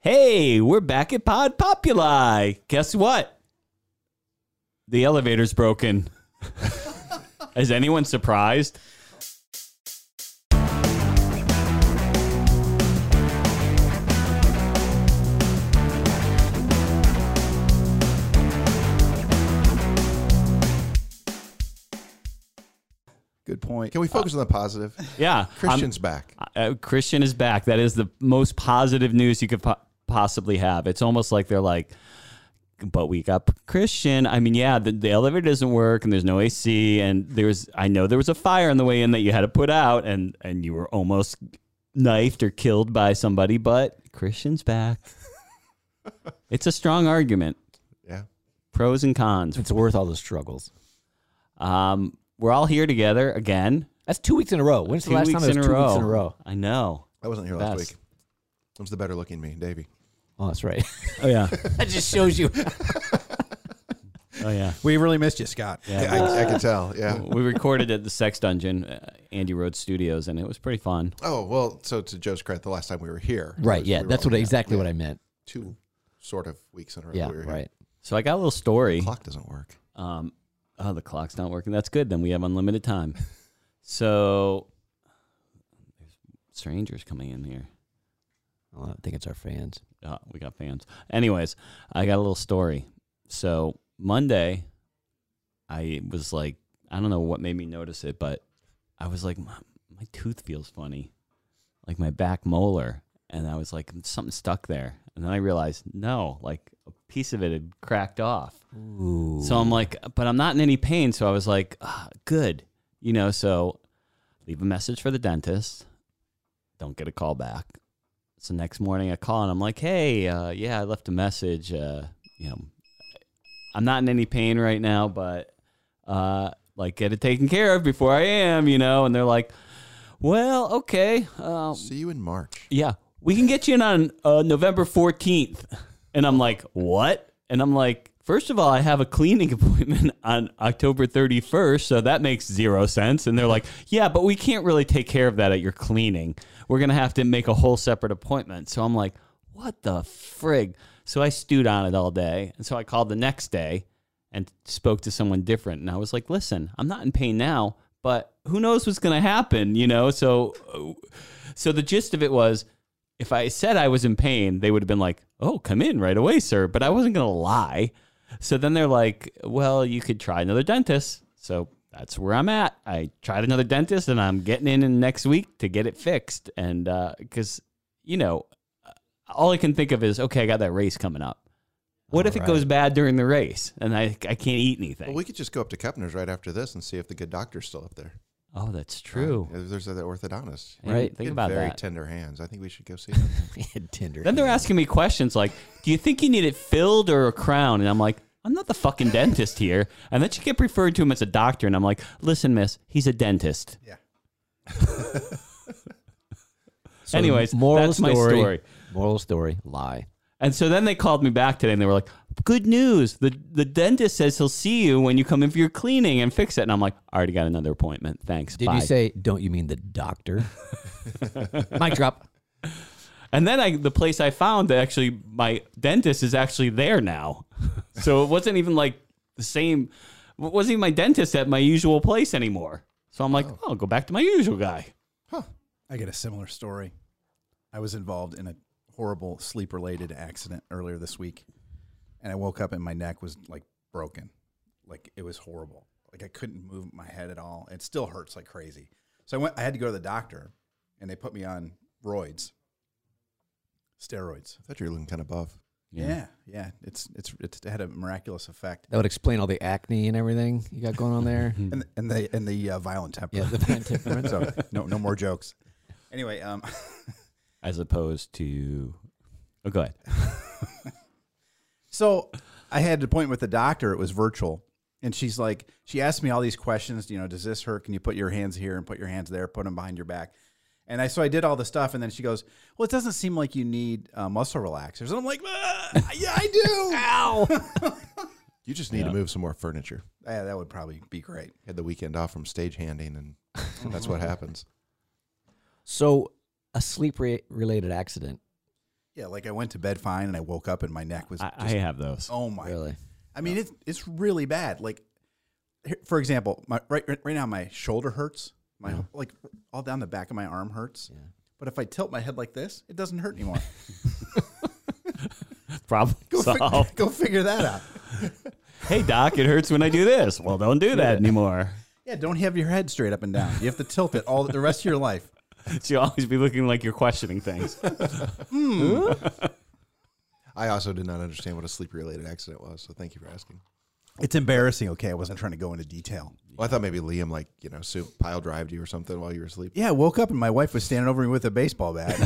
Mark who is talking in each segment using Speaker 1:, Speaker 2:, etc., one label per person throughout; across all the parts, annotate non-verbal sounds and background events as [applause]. Speaker 1: Hey, we're back at Pod Populi. Guess what? The elevator's broken. [laughs] Is anyone surprised?
Speaker 2: Good point. Uh,
Speaker 3: Can we focus on the positive?
Speaker 1: Yeah. I'm-
Speaker 3: Christian's back.
Speaker 1: uh, Christian is back. That is the most positive news you could po- possibly have. It's almost like they're like, but we got Christian. I mean, yeah, the, the elevator doesn't work and there's no AC and there's I know there was a fire on the way in that you had to put out and and you were almost knifed or killed by somebody, but Christian's back. [laughs] it's a strong argument.
Speaker 3: Yeah.
Speaker 1: Pros and cons.
Speaker 2: It's worth all the struggles.
Speaker 1: Um, we're all here together again.
Speaker 2: That's two weeks in a row. When's the
Speaker 1: Two
Speaker 2: last
Speaker 1: weeks
Speaker 2: time it was
Speaker 1: in a
Speaker 2: two
Speaker 1: row.
Speaker 2: weeks in a row?
Speaker 1: I know.
Speaker 3: I wasn't here last
Speaker 1: Best.
Speaker 3: week. It was the better looking me, Davey.
Speaker 2: Oh, that's right. [laughs]
Speaker 1: Oh yeah.
Speaker 2: that just shows you.
Speaker 1: oh yeah.
Speaker 4: We really missed you, Scott.
Speaker 3: Yeah, I, I could
Speaker 2: [laughs]
Speaker 3: tell. Yeah.
Speaker 1: we recorded at the Sex Dungeon, uh, Andy Rhodes Studios, and it was pretty fun.
Speaker 3: Oh well. So to Joe's credit, the last time we were here,
Speaker 2: Right.
Speaker 3: was-
Speaker 2: Yeah.
Speaker 3: we were
Speaker 2: That's [laughs]
Speaker 3: all-
Speaker 2: what exactly
Speaker 3: yeah,
Speaker 2: what I meant.
Speaker 3: Two sort of weeks in a row.
Speaker 2: Yeah.
Speaker 3: we were here.
Speaker 2: Right.
Speaker 1: So I got a little story.
Speaker 3: Clock doesn't work.
Speaker 1: Um, oh, the clock's not working. That's good. Then we have unlimited time. So there's strangers coming in here.
Speaker 2: Well, I think it's our [laughs] fans.
Speaker 1: Uh, we got fans. Anyways, I got a little story. So Monday, I was like, I don't know what made me notice it, but I was like, my, my tooth feels funny, like my back molar, and I was like, something stuck there, and then I realized, no, like a piece of it had cracked off. So I'm like, but I'm not in any pain. So I was like, ah, good, you know. So leave a message for the dentist. Don't get a call back. So next morning I call and I'm like, hey, uh, yeah, I left a message. Uh, you know, I'm not in any pain right now, but uh, like get it taken care of before I am, you know. And they're like, well, okay, uh,
Speaker 3: See you in March.
Speaker 1: yeah, we can get you in on uh, November 14th. And I'm like, what? And I'm like, first of all, I have a cleaning [laughs] appointment on October 31st, so that makes zero sense. And they're like, yeah, but we can't really take care of that at your cleaning. We're going to have to make a whole separate appointment. So I'm like, what the frig? So I stewed on it all day. And so I called the next day and spoke to someone different. And I was like, listen, I'm not in pain now, but who knows what's going to happen, you know? So, uh, so the gist of it was if I said I was in pain, they would have been like, oh, come in right away, sir. But I wasn't going to lie. So then they're like, well, you could try another dentist. So that's where I'm at. I tried another dentist and I'm getting in in next week to get it fixed. And because, you know, uh, all I can think of is, okay, I got that race coming up. What if it goes bad during the race and I, I can't eat anything?
Speaker 3: Well, we could just go up to Kepner's right after this and see if the good doctor's still up there.
Speaker 1: oh, that's true.
Speaker 3: Uh, There's that orthodontist.
Speaker 1: I didn't
Speaker 2: Right.
Speaker 1: Think
Speaker 3: He had
Speaker 1: about
Speaker 3: very
Speaker 1: that.
Speaker 3: tender hands. I think we should go
Speaker 2: [laughs]
Speaker 3: see him.
Speaker 2: Tinder.
Speaker 1: Then they're asking me questions like, "Do you think you need it filled or a crown?" And I'm like, "I'm not the fucking dentist here." And then she kept referring to him as a doctor, and I'm like, "Listen, miss, he's a dentist."
Speaker 4: Yeah.
Speaker 2: So
Speaker 1: Anyways,
Speaker 2: moral
Speaker 1: that's
Speaker 2: story,
Speaker 1: my story.
Speaker 2: Moral story. Lie.
Speaker 1: And so then they called me back today, and they were like, "Good news! the The dentist says he'll see you when you come in for your cleaning and fix it." And I'm like, "I already got another appointment. Thanks."
Speaker 2: Did
Speaker 1: bye.
Speaker 2: you say? Don't you mean
Speaker 1: [laughs]
Speaker 2: the doctor? Mic drop.
Speaker 1: And then I, the place I found that actually my dentist is actually there now. [laughs] So it wasn't even like the same, it wasn't even my dentist at my usual place anymore. So I'm like, oh, I'll go back to my usual guy.
Speaker 4: I get a similar story. I was involved in a horrible sleep related accident earlier this week, and I woke up and my neck was like broken. Like it was horrible. Like I couldn't move my head at all. It still hurts like crazy. So I went I had to go to the doctor and they put me on roids. Steroids.
Speaker 3: I thought you were looking kind of buff.
Speaker 1: Yeah.
Speaker 4: Yeah. yeah, It's it's it's it had a miraculous effect.
Speaker 2: That would explain all the acne and everything you got going
Speaker 1: [laughs]
Speaker 2: on there.
Speaker 4: And and the and the uh, violent temper.
Speaker 2: yeah, the bad temperament.
Speaker 4: so no no more jokes. Anyway, um [laughs]
Speaker 1: As opposed to, oh, [laughs] go ahead.
Speaker 4: So I had an appointment with the doctor. It was virtual. And she's like, she asked me all these questions. You know, does this hurt? Can you put your hands here and put your hands there? Put them behind your back. And I, so I did all the stuff. And then she goes, well, it doesn't seem like you need uh, muscle relaxers. And I'm like, "Ah, yeah, I do. Ow.
Speaker 3: You just need to move some more furniture.
Speaker 4: [laughs] yeah, that would probably be great.
Speaker 3: Had the weekend off from stage handing,
Speaker 2: [laughs]
Speaker 3: and that's what happens.
Speaker 2: So a sleep re- related accident.
Speaker 4: Yeah, like I went to bed fine and I woke up and my neck was
Speaker 1: I, I
Speaker 4: just,
Speaker 1: have those.
Speaker 4: oh my.
Speaker 2: Really?
Speaker 4: I mean, it's it's really bad. Like, here- for example, my right right right now my shoulder hurts. My like all down the back of my arm hurts.
Speaker 2: Yeah.
Speaker 4: But if I tilt my head like this, it doesn't hurt [laughs] anymore.
Speaker 1: [laughs] Problem
Speaker 4: Go, fig- [laughs]
Speaker 1: solved.
Speaker 4: go figure that out.
Speaker 1: hey, doc, it hurts when I do this. Well, don't do that anymore.
Speaker 4: Yeah, don't have your head straight up and down. You have to tilt it all the rest of your life.
Speaker 1: [laughs] So you always be looking like you're questioning things.
Speaker 3: I also did not understand what a sleep related accident was, so thank you for asking.
Speaker 4: It's embarrassing. Okay, I wasn't trying to go into detail.
Speaker 3: Well, I thought maybe Liam like you know su- pile drived you or something while you were asleep.
Speaker 4: Yeah, I woke up and my wife was standing over me with a baseball [laughs] bat.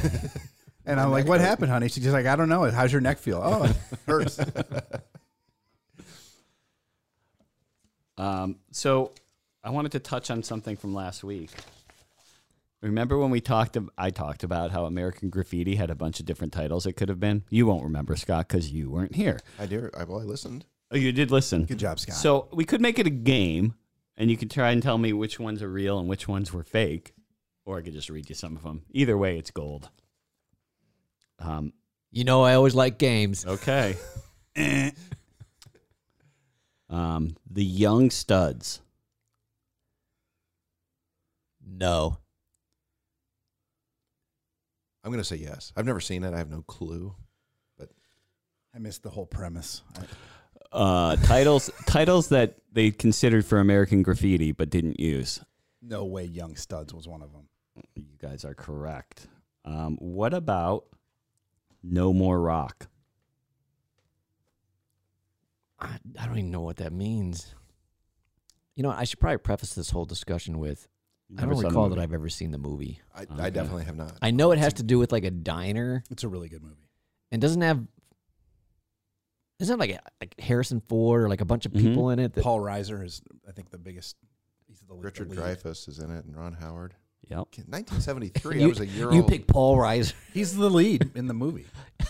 Speaker 4: And I'm like, what happened, honey? She's just like, I don't know. How's your neck feel? Oh, [laughs] it hurts.
Speaker 1: Um, so I wanted to touch on something from last week. Remember when we talked? Ab- I talked about how American Graffiti had a bunch of different titles. It could have been. You won't remember Scott because you weren't here.
Speaker 3: I did. I, well, I listened.
Speaker 1: Oh, you did listen.
Speaker 4: Good job, Scott.
Speaker 1: So we could make it a game, and you could try and tell me which ones are real and which ones were fake, or I could just read you some of them. Either way, it's gold. Um,
Speaker 2: You know, I always like games.
Speaker 4: [laughs]
Speaker 1: okay. um, the Young Studs.
Speaker 2: No.
Speaker 3: I'm gonna say yes. I've never seen it. I have no clue.
Speaker 4: I missed the whole premise. I-
Speaker 1: Uh, titles titles that they considered for American Graffiti but didn't use.
Speaker 4: no way Young Studs was one of them.
Speaker 1: You guys are correct. Um, what about No More Rock?
Speaker 2: I, I don't even know what that means. You know, I should probably preface this whole discussion with I
Speaker 1: Never saw
Speaker 2: don't
Speaker 1: the
Speaker 2: recall
Speaker 1: movie.
Speaker 2: that I've ever seen the movie.
Speaker 3: I,
Speaker 1: Okay.
Speaker 3: I definitely have not.
Speaker 2: I know it has to do with like a diner
Speaker 4: It's a really good movie.
Speaker 2: and doesn't have isn't it like like Harrison Ford or like a bunch of
Speaker 1: Mhm.
Speaker 2: people in it that
Speaker 4: Paul Reiser is, I think, the biggest. He's the lead-
Speaker 3: Richard
Speaker 4: the lead.
Speaker 3: Dreyfuss is in it, and Ron Howard.
Speaker 1: Yep.
Speaker 3: 1973. I
Speaker 2: You-
Speaker 3: was a year
Speaker 2: you
Speaker 3: old.
Speaker 2: pick Paul Reiser.
Speaker 4: He's the lead in
Speaker 3: [laughs]
Speaker 4: the movie.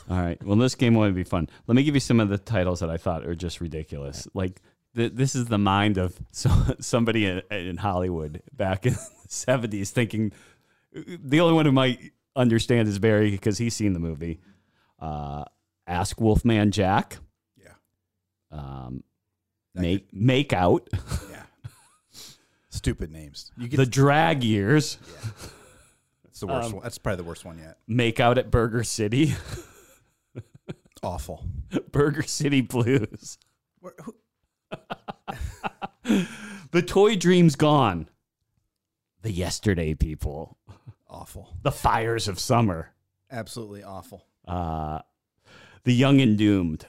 Speaker 1: All right. Well, this game won't be fun. Let me give you some of the titles that I thought are just ridiculous. Like th- this is the mind of so- [laughs] somebody in, in Hollywood back in [laughs] the seventies, thinking the only one who might understand is Barry because he's seen the movie. Uh, Ask Wolfman Jack.
Speaker 4: Yeah.
Speaker 1: Um,
Speaker 4: That
Speaker 1: make make out
Speaker 4: Yeah. Stupid names. You get [laughs]
Speaker 1: the drag years.
Speaker 4: that's the worst one. That's probably the worst one yet.
Speaker 1: Make out at Burger City. [laughs]
Speaker 4: Awful.
Speaker 1: Burger City Blues.
Speaker 4: Where, who,
Speaker 1: [laughs] The toy dream's gone. The yesterday people.
Speaker 4: awful.
Speaker 1: The fires of summer.
Speaker 4: Absolutely awful.
Speaker 1: Uh, the young and doomed.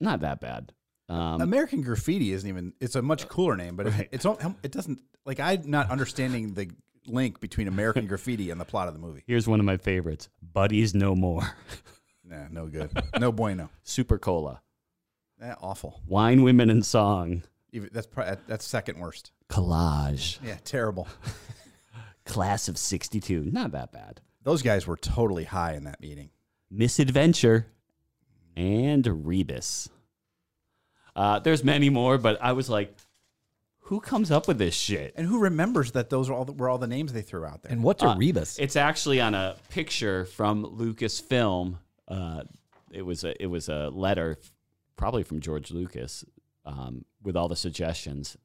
Speaker 1: Not that bad. Um,
Speaker 4: American Graffiti isn't even. It's a much cooler name, but
Speaker 1: Right.
Speaker 4: it, it's al- it doesn't like I'm not understanding the link between American Graffiti and the plot of the movie.
Speaker 1: here's one of my favorites. Buddies no more. [laughs]
Speaker 4: Nah, no good. [laughs] No bueno.
Speaker 1: Super cola.
Speaker 4: Eh, awful.
Speaker 1: Wine, women, and song.
Speaker 4: Even, that's probably that's second worst.
Speaker 1: Collage.
Speaker 4: Yeah, terrible.
Speaker 1: Class of '62. Not that bad.
Speaker 4: Those guys were totally high in that meeting.
Speaker 1: Misadventure, and Rebus. Uh, there's many more, but I was like, who comes up with this shit?
Speaker 4: And who remembers that those were all the, were all the names they threw out
Speaker 2: [laughs]
Speaker 4: there?
Speaker 2: And what's a
Speaker 1: Uh,
Speaker 2: rebus?
Speaker 1: It's actually on a picture from Lucasfilm. Uh, it was a it was a letter, probably from George Lucas, um, with all the suggestions,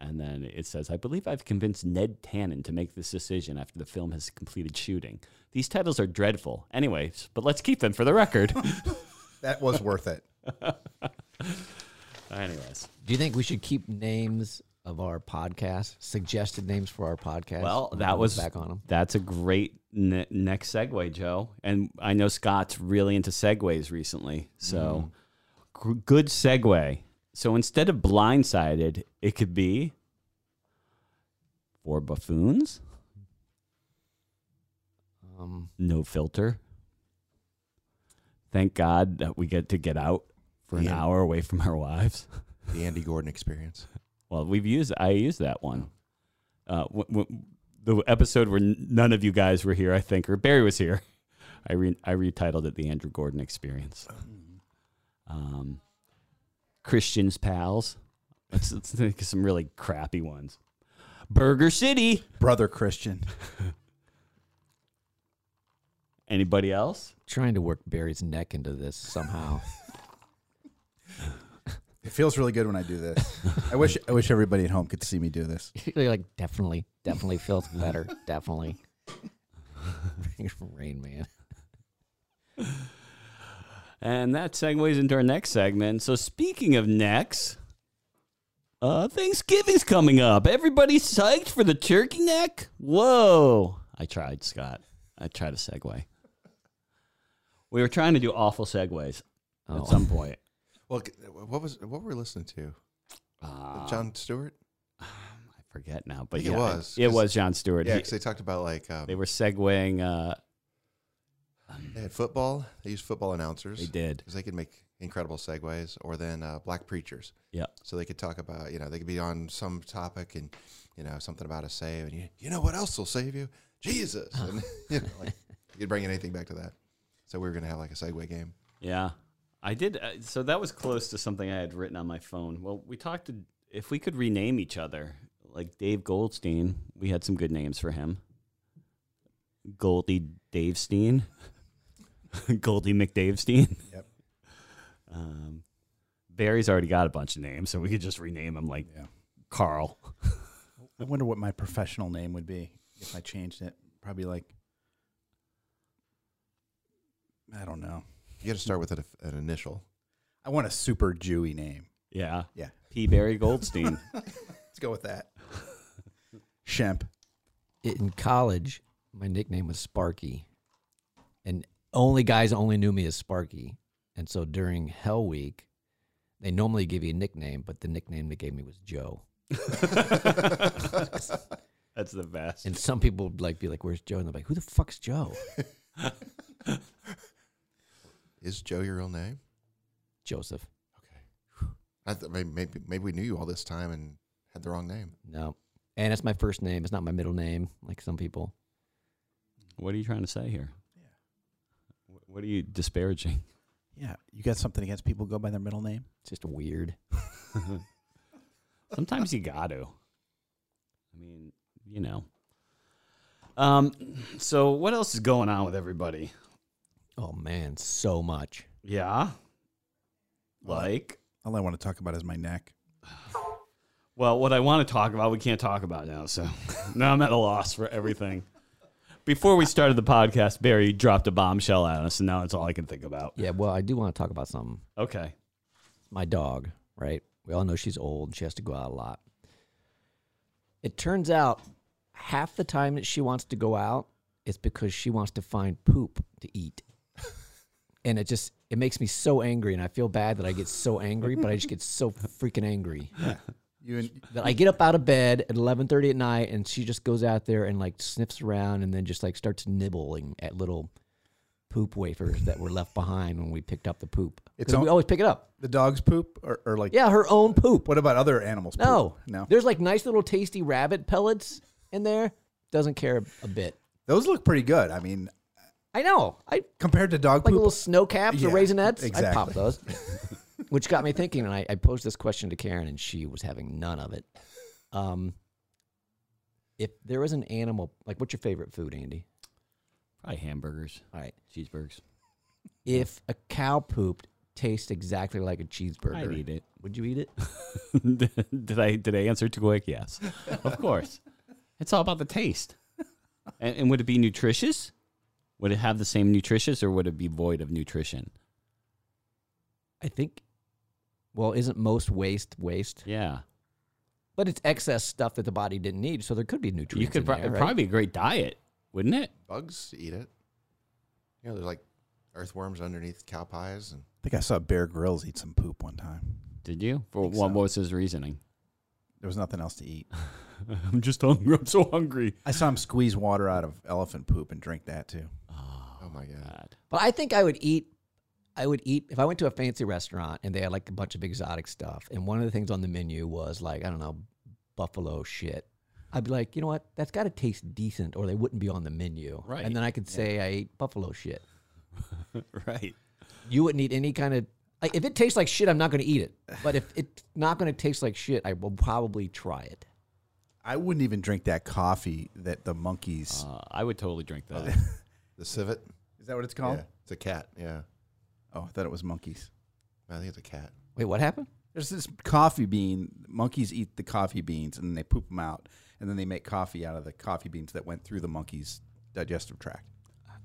Speaker 1: and then it says, "I believe I've convinced Ned Tannen to make this decision after the film has completed shooting. These titles are dreadful, anyways, but let's keep them for the record." [laughs]
Speaker 4: that was worth [laughs] it.
Speaker 1: anyways,
Speaker 2: Do you think we should keep names of our podcast, suggested names for our podcast?
Speaker 1: well,
Speaker 2: and
Speaker 1: that
Speaker 2: look
Speaker 1: was
Speaker 2: back on them.
Speaker 1: That's a great ne- next segue, Joe. And I know Scott's really into segues recently, so
Speaker 2: Mm-hmm.
Speaker 1: g- good segue. So instead of blindsided, it could be four buffoons,
Speaker 2: Um,
Speaker 1: no filter. Thank God that we get to get out for an
Speaker 3: Yeah.
Speaker 1: hour away from our wives.
Speaker 3: The Andy Gordon experience.
Speaker 1: Well, we've used I used that one. Uh, w- w- the episode where n- none of you guys were here, I think, or Barry was here. I re- I retitled it the Andrew Gordon Experience. Um, Christians pals. Let's, let's think of some really crappy ones. Burger City
Speaker 4: Brother Christian.
Speaker 1: Anybody else?
Speaker 2: Trying to work Barry's neck into this somehow.
Speaker 1: [laughs]
Speaker 4: It feels really good when I do this. I wish I wish everybody at home could see me do this.
Speaker 2: [laughs] You're like, definitely, definitely feels better. Definitely. [laughs] Rain Man.
Speaker 1: And that segues into our next segment. So speaking of necks, uh, Thanksgiving's coming up. Everybody psyched for the turkey neck? Whoa! I tried, Scott. I tried a segue. We were trying to do awful segues
Speaker 2: Oh.
Speaker 1: at some
Speaker 3: [laughs]
Speaker 1: point.
Speaker 3: Well, c- what was what were we listening to?
Speaker 1: Uh,
Speaker 3: John Stewart.
Speaker 1: I forget now, but
Speaker 3: think it
Speaker 1: yeah,
Speaker 3: was,
Speaker 1: It
Speaker 3: 'cause-
Speaker 1: was John Stewart.
Speaker 3: Yeah,
Speaker 1: He-
Speaker 3: because they talked about like um,
Speaker 1: they were segueing. Uh,
Speaker 3: they had football. They used football announcers.
Speaker 1: they did.
Speaker 3: because they could make incredible segues, or then uh, black preachers.
Speaker 1: Yeah.
Speaker 3: So they could talk about, you know, they could be on some topic and, you know, something about a save, and you, you know what else will save you? Jesus. And, [laughs] you know, like, you could bring anything back to that. So we were going to have like a segue game.
Speaker 1: Yeah, I did. Uh, so that was close to something I had written on my phone. Well, we talked to if we could rename each other, like Dave Goldstein. We had some good names for him. Goldie Davestein, [laughs] Goldie McDavestein.
Speaker 4: Yep.
Speaker 1: Um, Barry's already got a bunch of names, so we could just rename him like
Speaker 4: Yeah.
Speaker 1: Carl.
Speaker 4: I wonder what my professional name would be if I changed it. Probably like I don't know.
Speaker 3: You got to start with an, an initial.
Speaker 4: I want a super Jewy name.
Speaker 1: Yeah,
Speaker 4: Yeah.
Speaker 1: P. Barry
Speaker 4: [laughs]
Speaker 1: Goldstein.
Speaker 4: Let's go with that. [laughs] Shemp.
Speaker 2: in college, my nickname was Sparky, and only guys only knew me as Sparky. And so during Hell Week, they normally give you a nickname, but the nickname they gave me was Joe.
Speaker 1: That's the best.
Speaker 2: And some people would like be like, "Where's Joe?" And they're like, "Who the fuck's Joe?"
Speaker 3: Is Joe your real name?
Speaker 2: Joseph.
Speaker 3: I th- may- maybe, maybe we knew you all this time and had the wrong name.
Speaker 2: No, and it's my first name. It's not my middle name, like some people.
Speaker 1: What are you trying to say here? Yeah. What are you disparaging? [laughs]
Speaker 4: Yeah. You got something against people who go by their middle name?
Speaker 2: It's just weird.
Speaker 1: Sometimes you got to. I mean, you know. Um, so what else is going on with everybody?
Speaker 2: Oh man, so much.
Speaker 1: Yeah.
Speaker 4: Well, I-
Speaker 1: Like,
Speaker 4: All I want to talk about is my neck.
Speaker 1: well, what I want to talk about, we can't talk about now. So [laughs] now I'm at a loss for everything. Before we started the podcast, Barry dropped a bombshell at us, and now it's all I can think about.
Speaker 2: Yeah. Well, I do want to talk about something.
Speaker 1: Okay.
Speaker 2: my dog, right? We all know she's old and she has to go out a lot. It turns out half the time that she wants to go out, it's because she wants to find poop to eat. [laughs] And it just it makes me so angry and I feel bad that I get so angry, but I just get so freaking angry.
Speaker 4: You and
Speaker 2: That I get up out of bed at eleven thirty at night and she just goes out there and like sniffs around and then just like starts nibbling at little poop wafers that were left behind when we picked up the poop.
Speaker 4: It's
Speaker 2: Because we
Speaker 4: al-
Speaker 2: always pick it up.
Speaker 4: the dog's poop or, or like
Speaker 2: Yeah, her own poop.
Speaker 4: what about other animals? poop?
Speaker 2: No,
Speaker 4: No.
Speaker 2: There's like nice little tasty rabbit pellets in there. Doesn't care a bit.
Speaker 4: Those look pretty good. I mean,
Speaker 2: I know. I like
Speaker 4: compared to dog poop,
Speaker 2: little snow caps or
Speaker 4: Yeah,
Speaker 2: raisinets. I pop
Speaker 4: exactly.
Speaker 2: those.
Speaker 4: [laughs]
Speaker 2: Which got me thinking, and I, I posed this question to Karen, and she was having none of it. Um, if there was an animal, like what's your favorite food, Andy?
Speaker 1: Probably hamburgers,
Speaker 2: All right.
Speaker 1: cheeseburgers.
Speaker 2: If a cow pooped tastes exactly like a cheeseburger,
Speaker 1: I'd eat it.
Speaker 2: Would you eat it?
Speaker 1: [laughs] did I did I answer too quick? Yes, of course. It's all about the taste. And, and would it be nutritious? Would it have the same nutritious, or would it be void of nutrition?
Speaker 2: I think. Well, isn't most waste waste?
Speaker 1: Yeah,
Speaker 2: But it's excess stuff that the body didn't need, so there could be
Speaker 1: you
Speaker 2: nutrients.
Speaker 1: could
Speaker 2: in
Speaker 1: pro-
Speaker 2: there,
Speaker 1: it'd
Speaker 2: right?
Speaker 1: probably be a great diet, wouldn't it?
Speaker 3: Bugs eat it. You know, there's like earthworms underneath cow pies. And
Speaker 4: I think I saw Bear Grylls eat some poop one time.
Speaker 1: Did you? For
Speaker 4: Think
Speaker 1: what
Speaker 4: so.
Speaker 1: was his reasoning?
Speaker 4: There was nothing else to eat.
Speaker 1: [laughs] I'm just hungry. I'm so hungry.
Speaker 4: I saw him squeeze water out of elephant poop and drink that too.
Speaker 3: oh my God.
Speaker 1: God.
Speaker 2: But I think I would eat. I would eat if I went to a fancy restaurant and they had like a bunch of exotic stuff, and one of the things on the menu was like I don't know, buffalo shit. I'd be like, you know what? That's got to taste decent, or they wouldn't be on the menu.
Speaker 1: Right.
Speaker 2: And then I could say I ate buffalo shit.
Speaker 1: Right.
Speaker 2: You wouldn't eat any kind of like if it tastes like shit, I'm not going to eat it. But if it's not going to taste like shit, I will probably try it.
Speaker 4: I wouldn't even drink that coffee that the monkeys.
Speaker 1: [laughs] Uh, I would totally drink that.
Speaker 3: The civet.
Speaker 4: Is that what it's
Speaker 3: Yeah.
Speaker 4: called?
Speaker 3: It's a cat. Yeah.
Speaker 4: Oh, I thought it was monkeys.
Speaker 3: I think it's a cat.
Speaker 2: Wait, what happened?
Speaker 4: There's this coffee bean. Monkeys eat the coffee beans and they poop them out, and then they make coffee out of the coffee beans that went through the monkey's digestive tract.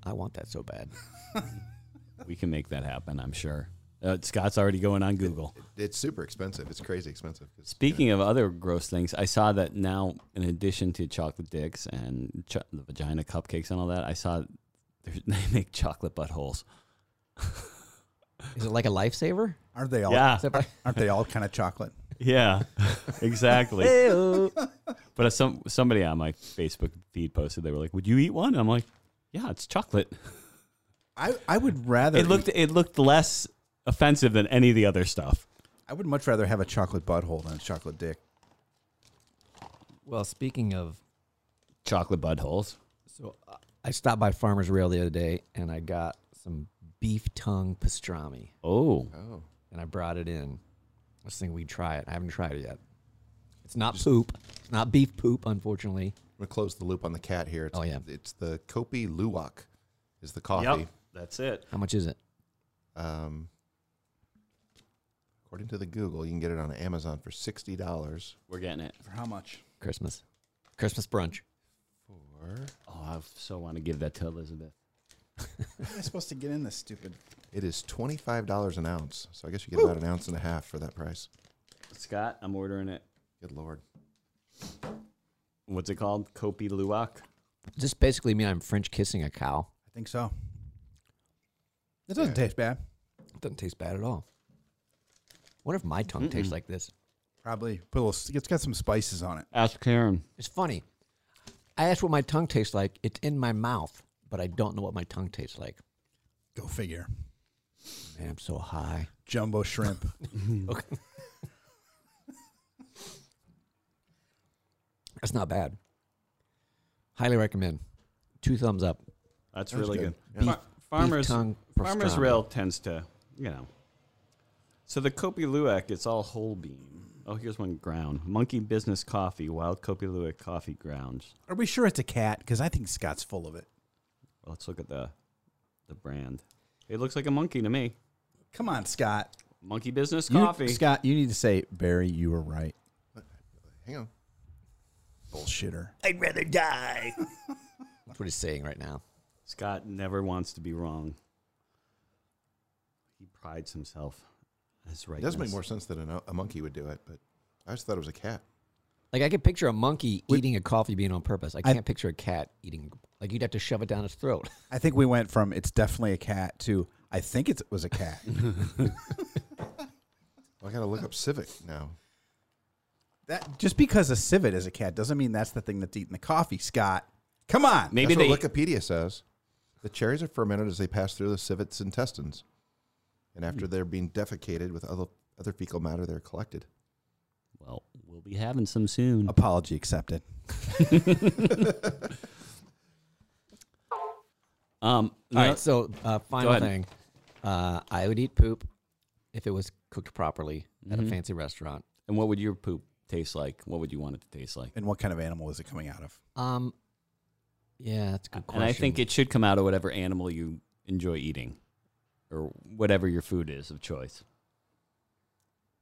Speaker 2: I want that so bad.
Speaker 1: We can make that happen, I'm sure. Uh, Scott's already going on Google.
Speaker 3: It's super expensive. It's crazy expensive. It's,
Speaker 1: Speaking of other gross things, I saw that now, in addition to chocolate dicks and cho- the vagina cupcakes and all that, I saw there's- [laughs] they make chocolate buttholes.
Speaker 2: Is it like a lifesaver?
Speaker 4: Aren't they all?
Speaker 1: Yeah,
Speaker 2: Except I-
Speaker 4: Aren't they all kind of chocolate?
Speaker 1: [laughs] yeah, [laughs] exactly. But uh, some somebody on my Facebook feed posted, they were like, "Would you eat one?" And I'm like, "Yeah, it's [laughs] chocolate."
Speaker 4: I, I would rather.
Speaker 1: It looked it looked less offensive than any of the other stuff.
Speaker 4: I would much rather have a chocolate butthole than a chocolate dick.
Speaker 2: well, speaking of
Speaker 1: Chocolate buttholes.
Speaker 2: So uh, I stopped by Farmer's Rail the other day and I got some beef tongue pastrami
Speaker 1: Oh,
Speaker 3: oh,
Speaker 2: and I brought it in. I was thinking we'd try it. I haven't tried it yet. It's not poop. It's not beef poop, unfortunately.
Speaker 3: I'm gonna close the loop on the cat here. It's,
Speaker 2: Oh, yeah.
Speaker 3: It's the Kopi Luwak, is the coffee.
Speaker 1: that's it.
Speaker 2: How much is it?
Speaker 3: Um, according to the Google, you can get it on Amazon for sixty dollars.
Speaker 1: We're getting it.
Speaker 4: For how much?
Speaker 2: Christmas. Christmas brunch.
Speaker 3: For
Speaker 1: Oh, I so want to give that to Elizabeth.
Speaker 4: How am I supposed to get in this stupid?
Speaker 3: it is twenty five dollars an ounce. So I guess you get about an ounce and a half for that price.
Speaker 1: Scott, I'm ordering it.
Speaker 3: Good lord.
Speaker 1: What's it called? Kopi Luwak.
Speaker 2: Just basically mean I'm French kissing a cow.
Speaker 4: I think so. It doesn't taste bad.
Speaker 2: It doesn't taste bad at all. What if my tongue tastes like this?
Speaker 4: Probably put a little. It's got some spices on it.
Speaker 1: Ask Karen.
Speaker 2: It's funny. I asked what my tongue tastes like. It's in my mouth, but I don't know what my tongue tastes like.
Speaker 4: Go figure.
Speaker 2: Man, I'm so high.
Speaker 4: Jumbo shrimp.
Speaker 2: That's not bad. Highly recommend. Two thumbs up.
Speaker 1: That's
Speaker 3: That's
Speaker 1: really good.
Speaker 3: good.
Speaker 2: Beef-
Speaker 1: Fa- farmers
Speaker 2: tongue
Speaker 1: Farmers
Speaker 2: pastrami.
Speaker 1: Rail tends to, you know. So the Kopi Luwak, it's all whole bean. Oh, here's one ground. Monkey Business Coffee, Wild Kopi Luwak Coffee Grounds.
Speaker 4: [laughs] Are we sure it's a cat? Because I think Scott's full of it.
Speaker 1: Let's look at the the brand. It looks like a monkey to me.
Speaker 4: Come on, Scott.
Speaker 1: Monkey Business
Speaker 4: You-
Speaker 1: Coffee.
Speaker 4: Scott, you need to say, Barry, you were right.
Speaker 3: Hang on.
Speaker 4: Bullshitter.
Speaker 2: I'd rather die. That's what he's saying right now.
Speaker 1: Scott never wants to be wrong. He prides himself as right.
Speaker 3: It does make more sense that an, a monkey would do it, but I just thought it was a cat.
Speaker 2: Like I could picture a monkey eating a coffee bean on purpose. I
Speaker 4: I-
Speaker 2: can't picture a cat eating. Like you'd have to shove it down its throat.
Speaker 4: [laughs]
Speaker 2: [laughs]
Speaker 4: I think we went from it's definitely a cat to I think it was a [laughs] cat.
Speaker 3: I gotta look up Civic now.
Speaker 4: that just because a civet is a cat doesn't mean that's the thing that's eating the coffee, Scott. Come on.
Speaker 1: Maybe
Speaker 3: That's
Speaker 1: they.
Speaker 3: what Wikipedia says. The cherries are fermented as they pass through the civet's intestines, and after
Speaker 1: Hmm.
Speaker 3: they're being defecated with other other fecal matter, they're collected.
Speaker 1: well, we'll be having some soon.
Speaker 4: Apology accepted.
Speaker 1: Um,
Speaker 2: All
Speaker 1: no-
Speaker 2: right. So uh, final
Speaker 1: ahead.
Speaker 2: thing, uh, I would eat poop if it was cooked properly at
Speaker 1: Mm-hmm.
Speaker 2: a fancy restaurant.
Speaker 1: And what would your poop taste like? What would you want it to taste like?
Speaker 4: And what kind of animal is it coming out of?
Speaker 2: Um, yeah, that's a good question.
Speaker 1: And I think it should come out of whatever animal you enjoy eating or whatever your food is of choice.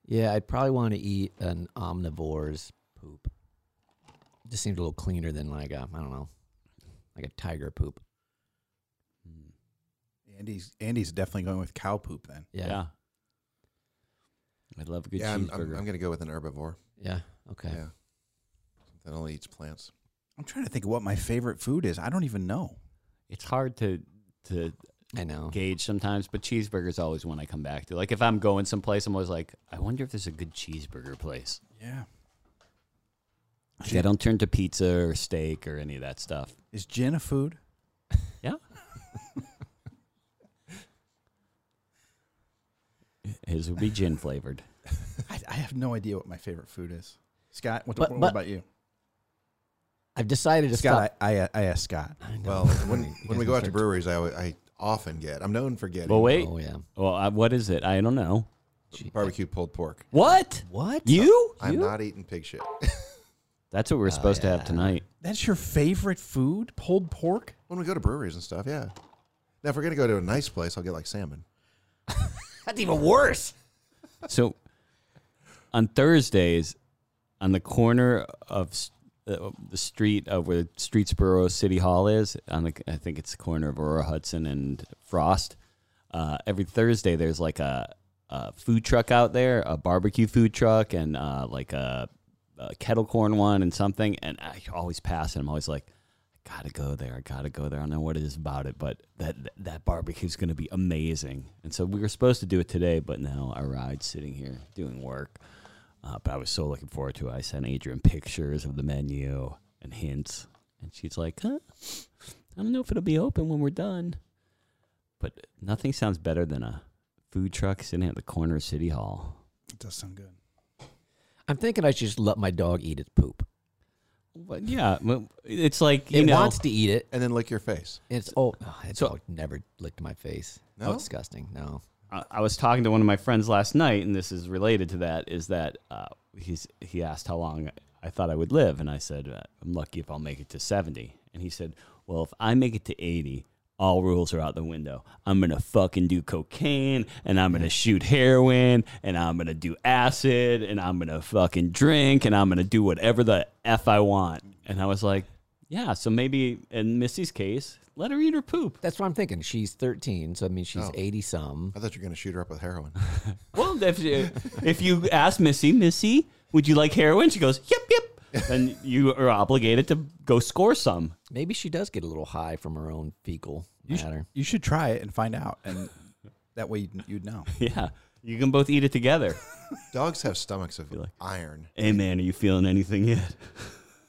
Speaker 2: Yeah, I'd probably want to eat an omnivore's poop. Just seemed a little cleaner than like a I don't know, like a tiger poop.
Speaker 4: Andy's Andy's definitely going with cow poop then.
Speaker 2: Yeah, yeah.
Speaker 1: Yeah. I'd love a good
Speaker 3: yeah, I'm,
Speaker 1: cheeseburger.
Speaker 3: I'm, I'm gonna go with an herbivore.
Speaker 2: Okay.
Speaker 3: Yeah, that only eats plants.
Speaker 4: I'm trying to think of what my favorite food is. I don't even know.
Speaker 1: it's hard to to
Speaker 2: I know.
Speaker 1: gauge sometimes, but cheeseburger's always one I come back to. Like if I'm going someplace, I'm always like, I wonder if there's a good cheeseburger place.
Speaker 4: Yeah.
Speaker 1: Like, I don't turn to pizza or steak or any of that stuff.
Speaker 4: Is gin a food? [laughs]
Speaker 1: Yeah. His would be gin flavored.
Speaker 4: I, I have no idea what my favorite food is. Scott, what,
Speaker 2: But-
Speaker 4: what
Speaker 2: but-
Speaker 4: about you?
Speaker 2: I've decided to
Speaker 4: Scott, I, I I asked Scott.
Speaker 2: stop. I know.
Speaker 3: Well,
Speaker 1: [laughs]
Speaker 3: when
Speaker 2: You guys
Speaker 3: when we
Speaker 2: gonna
Speaker 3: go out to
Speaker 2: start-
Speaker 3: breweries, I, alwa- I often get. I'm known for getting
Speaker 1: Well, wait.
Speaker 2: Oh yeah.
Speaker 1: Well, I, what is it? I don't know.
Speaker 2: Gee,
Speaker 3: barbecue pulled pork.
Speaker 1: What?
Speaker 2: What?
Speaker 1: You?
Speaker 3: I'm not eating pig shit. [laughs]
Speaker 1: That's what we're supposed to have tonight.
Speaker 4: That's your favorite food? Pulled pork?
Speaker 3: when we go to breweries and stuff, yeah. Now, if we're gonna go to a nice place, I'll get like salmon.
Speaker 2: That's even worse.
Speaker 1: So on Thursdays, on the corner of s- uh, the street of where Streetsboro City Hall is, on the I think it's the corner of Aurora Hudson and Frost. Uh, every Thursday, there's like a, a food truck out there, a barbecue food truck, and uh, like a, a kettle corn one and something. And I always pass, and I'm always like, I gotta go there. I gotta go there. I don't know what it is about it, but that that barbecue's gonna be amazing. And so we were supposed to do it today, but now I ride sitting here doing work. Uh, but I was so looking forward to it. I sent Adrian pictures of the menu and hints, and she's like, huh? "I don't know if it'll be open when we're done." But nothing sounds better than a food truck sitting at the corner of City Hall.
Speaker 4: It does sound good.
Speaker 2: I'm thinking I should just let my dog eat its poop.
Speaker 1: But yeah, well, it's like you
Speaker 2: it
Speaker 1: know,
Speaker 2: wants to eat it.
Speaker 3: And then lick your face.
Speaker 2: It's oh, oh that
Speaker 1: So-
Speaker 2: dog never licked my face. Oh,
Speaker 3: No?
Speaker 2: disgusting. No.
Speaker 1: I I was talking to one of my friends last night, and this is related to that. Is that uh, he's he asked how long I thought I would live, and I said uh, I'm lucky if I'll make it to 70. And he said, Well, if I make it to 80, all rules are out the window. I'm gonna fucking do cocaine, and I'm gonna shoot heroin, and I'm gonna do acid, and I'm gonna fucking drink, and I'm gonna do whatever the f I want. And I was like, Yeah, so maybe in Missy's case, let her eat her poop.
Speaker 2: That's what I'm thinking. She's 13, so I mean she's
Speaker 3: Oh.
Speaker 2: 80 some.
Speaker 3: I thought you were gonna shoot her up
Speaker 1: [laughs]
Speaker 3: with heroin.
Speaker 1: Well, if you, if you ask Missy, Missy, would you like heroin? She goes, yep, yep. Then you are obligated to go score some.
Speaker 2: Maybe she does get a little high from her own fecal
Speaker 4: You, sh-
Speaker 2: matter.
Speaker 4: you should try it and find out, and that way you'd, you'd know.
Speaker 1: Yeah. You can both eat it together.
Speaker 3: Dogs have stomachs of
Speaker 1: like-
Speaker 3: iron.
Speaker 1: Hey, man, are you feeling anything yet?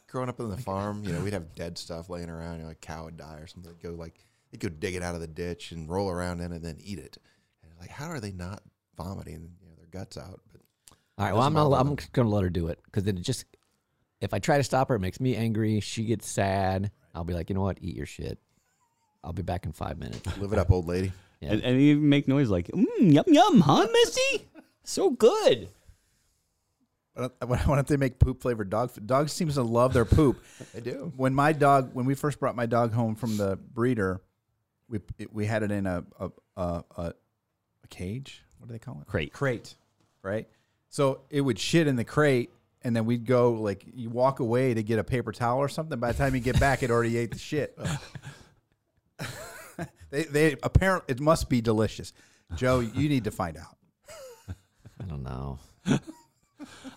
Speaker 3: Growing up on the farm, you know,
Speaker 2: [laughs]
Speaker 3: we'd have dead stuff laying around. You know, like cow would die or something. They'd go like they'd go dig it out of the ditch and roll around in it and then eat it. And like, how are they not vomiting? You know, their guts out. But
Speaker 2: All right. Well, I'm not. I'm just gonna let her do it because then it just, if I try to stop her, it makes me angry. She gets sad. I'll be like, you know what? Eat your shit. I'll be back in five minutes. [laughs]
Speaker 3: live it up, old lady.
Speaker 2: Yeah.
Speaker 1: And, and you make noise like, mm, yum, yum, huh, Missy? So good.
Speaker 4: But I- [laughs] What what if they make poop flavored dog food? Dogs seems to love their [laughs] poop.
Speaker 3: They do.
Speaker 4: when my dog, when we first brought my dog home from the breeder, we it, we had it in a a, a a a cage. What do they call it?
Speaker 1: Crate.
Speaker 4: Crate. Right. So it would shit in the crate, and then we'd go like you walk away to get a paper towel or something. By the time you get back, it already ate the [laughs] shit. they they apparently it must be delicious. Joe, you need to find out.
Speaker 2: I don't know.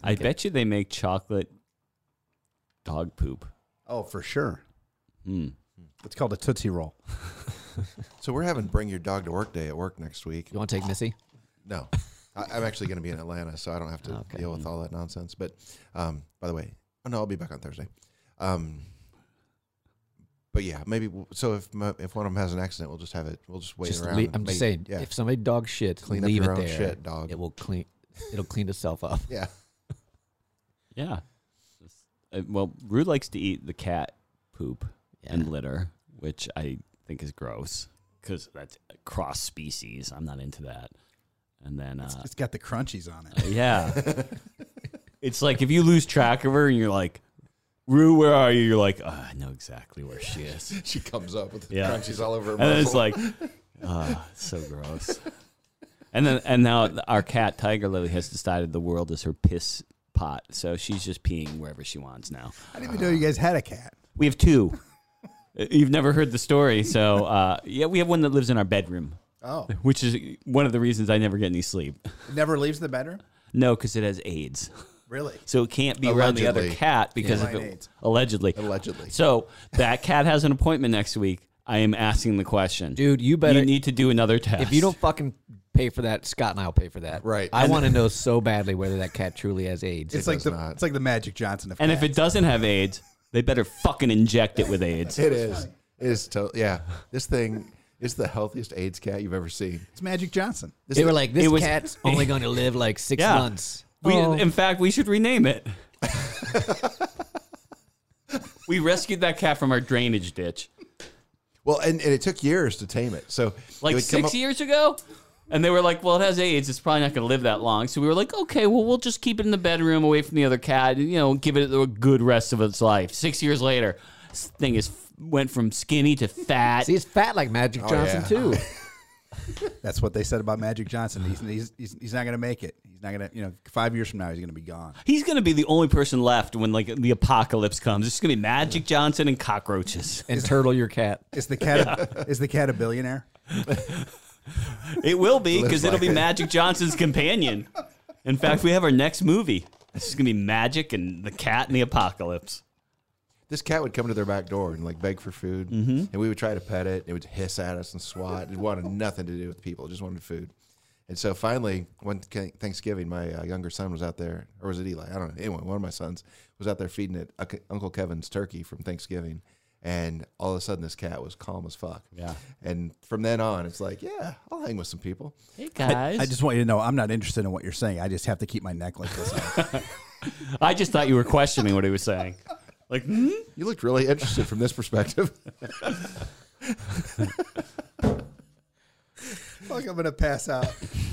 Speaker 1: I bet you they make chocolate dog poop.
Speaker 4: Oh, for sure.
Speaker 1: Mm.
Speaker 4: It's called a tootsie roll.
Speaker 3: So we're having bring your dog to work day at work next week.
Speaker 2: You want to take Missy?
Speaker 3: No, I, I'm actually going to be in Atlanta, so I don't have to
Speaker 2: [laughs] Okay.
Speaker 3: deal with all that nonsense. But um, by the way, oh no, I'll be back on Thursday. Um, but yeah, maybe. w- So if my, if one of them has an accident, we'll just have it. We'll just wait
Speaker 2: Just
Speaker 3: around.
Speaker 2: lea-
Speaker 3: and
Speaker 2: I'm just
Speaker 3: wait.
Speaker 2: saying,
Speaker 3: Yeah,
Speaker 2: if somebody dog shit,
Speaker 3: Clean up
Speaker 2: leave
Speaker 3: your
Speaker 2: it
Speaker 3: own
Speaker 2: there.
Speaker 3: shit, dog.
Speaker 2: It will clean. It'll clean
Speaker 3: [laughs]
Speaker 2: itself up.
Speaker 3: yeah.
Speaker 1: Yeah. Uh, Well, Rue likes to eat the cat poop.
Speaker 2: Yeah.
Speaker 1: and litter, which I think is gross because that's cross species. I'm not into that. And then,
Speaker 4: It's,
Speaker 1: uh,
Speaker 4: it's got the crunchies on it.
Speaker 1: [laughs] yeah, it's like if you lose track of her and you're like, Rue, where are you? You're like, "Ah, I know exactly where she is.
Speaker 3: She comes up with
Speaker 1: Yeah.
Speaker 3: crunchies all over her.
Speaker 1: And then it's
Speaker 3: muzzle.
Speaker 1: like, ah, so gross. And then, and now our cat Tiger Lily has decided the world is her piss pot, so she's just peeing wherever she wants now.
Speaker 4: I didn't even know you guys had a cat.
Speaker 1: We have two. [laughs] You've never heard the story, so uh, yeah, we have one that lives in our bedroom.
Speaker 4: Oh,
Speaker 1: which is one of the reasons I never get any sleep.
Speaker 4: it never leaves the bedroom.
Speaker 1: No, because it has AIDS,
Speaker 4: Really?
Speaker 1: so it can't be around the other
Speaker 3: Allegedly.
Speaker 1: cat because if
Speaker 4: Blind
Speaker 1: it
Speaker 4: AIDS.
Speaker 1: allegedly.
Speaker 3: allegedly.
Speaker 1: So that cat has an appointment next week. I am asking the question,
Speaker 2: Dude, you better.
Speaker 1: You need to do another test.
Speaker 2: if you don't fucking pay for that, Scott and I'll pay for that.
Speaker 3: Right. [laughs]
Speaker 2: I want to know so badly whether that cat truly has AIDS.
Speaker 4: It's like
Speaker 3: does
Speaker 4: the
Speaker 3: not.
Speaker 4: it's like the Magic Johnson of
Speaker 1: and if it doesn't have AIDS, they better fucking inject it with AIDS.
Speaker 3: It is. It is. To, yeah. This thing is the healthiest AIDS cat you've ever seen.
Speaker 4: it's Magic Johnson.
Speaker 3: This
Speaker 2: they were like, this
Speaker 1: it was-
Speaker 3: [laughs]
Speaker 2: cat's only going to live like six
Speaker 1: Yeah.
Speaker 2: months.
Speaker 1: We,
Speaker 2: Oh.
Speaker 1: In fact, we should rename
Speaker 2: [laughs]
Speaker 1: it. we rescued that cat from our drainage ditch
Speaker 3: well, and, and it took years to tame it. So it
Speaker 1: like
Speaker 3: would come
Speaker 1: six
Speaker 3: up-
Speaker 1: years ago. And they were like, well, it has AIDS. It's probably not going to live that long. So we were like, okay, well, we'll just keep it in the bedroom away from the other cat and, you know, give it a good rest of its life. Six years later, this thing is f- went from skinny to fat.
Speaker 2: See, he's fat like Magic
Speaker 3: Oh,
Speaker 2: Johnson
Speaker 3: yeah. [laughs]
Speaker 2: too.
Speaker 4: That's what they said about Magic Johnson. He's, he's, he's, he's not going to make it. He's not going to, you know, five years from now, he's going to be gone.
Speaker 1: He's gonna be the only person left when like the apocalypse comes. It's gonna be Magic Johnson and cockroaches.
Speaker 2: and turtle your cat.
Speaker 4: Is the [laughs] cat, a, is the cat a billionaire?
Speaker 1: It will
Speaker 3: [laughs]
Speaker 1: be
Speaker 3: Lives
Speaker 1: because it'll
Speaker 3: like
Speaker 1: be
Speaker 3: it.
Speaker 1: Magic Johnson's companion. In fact, we have our next movie. This is gonna be Magic and the Cat and the Apocalypse.
Speaker 3: This cat would come to their back door and like beg for food, and we would try to pet it. It would hiss at us and swat. It wanted nothing to do with people; it just wanted food. And so finally, one th- Thanksgiving, my uh, younger son was out there, or was it Eli? I don't know. Anyway, one of my sons was out there feeding it Unc- Uncle Kevin's turkey from Thanksgiving, and all of a sudden, this cat was calm as fuck. Yeah. And from then on, it's like, yeah, I'll hang with some people.
Speaker 1: Hey
Speaker 4: I,
Speaker 1: guys,
Speaker 4: I just want you to know I'm not interested in what you're saying. I just have to keep my neck like [laughs] this.
Speaker 1: I just thought you were questioning what he was saying. Like, hmm?
Speaker 3: You looked really interested from this perspective. [laughs]
Speaker 4: like I'm going to pass out.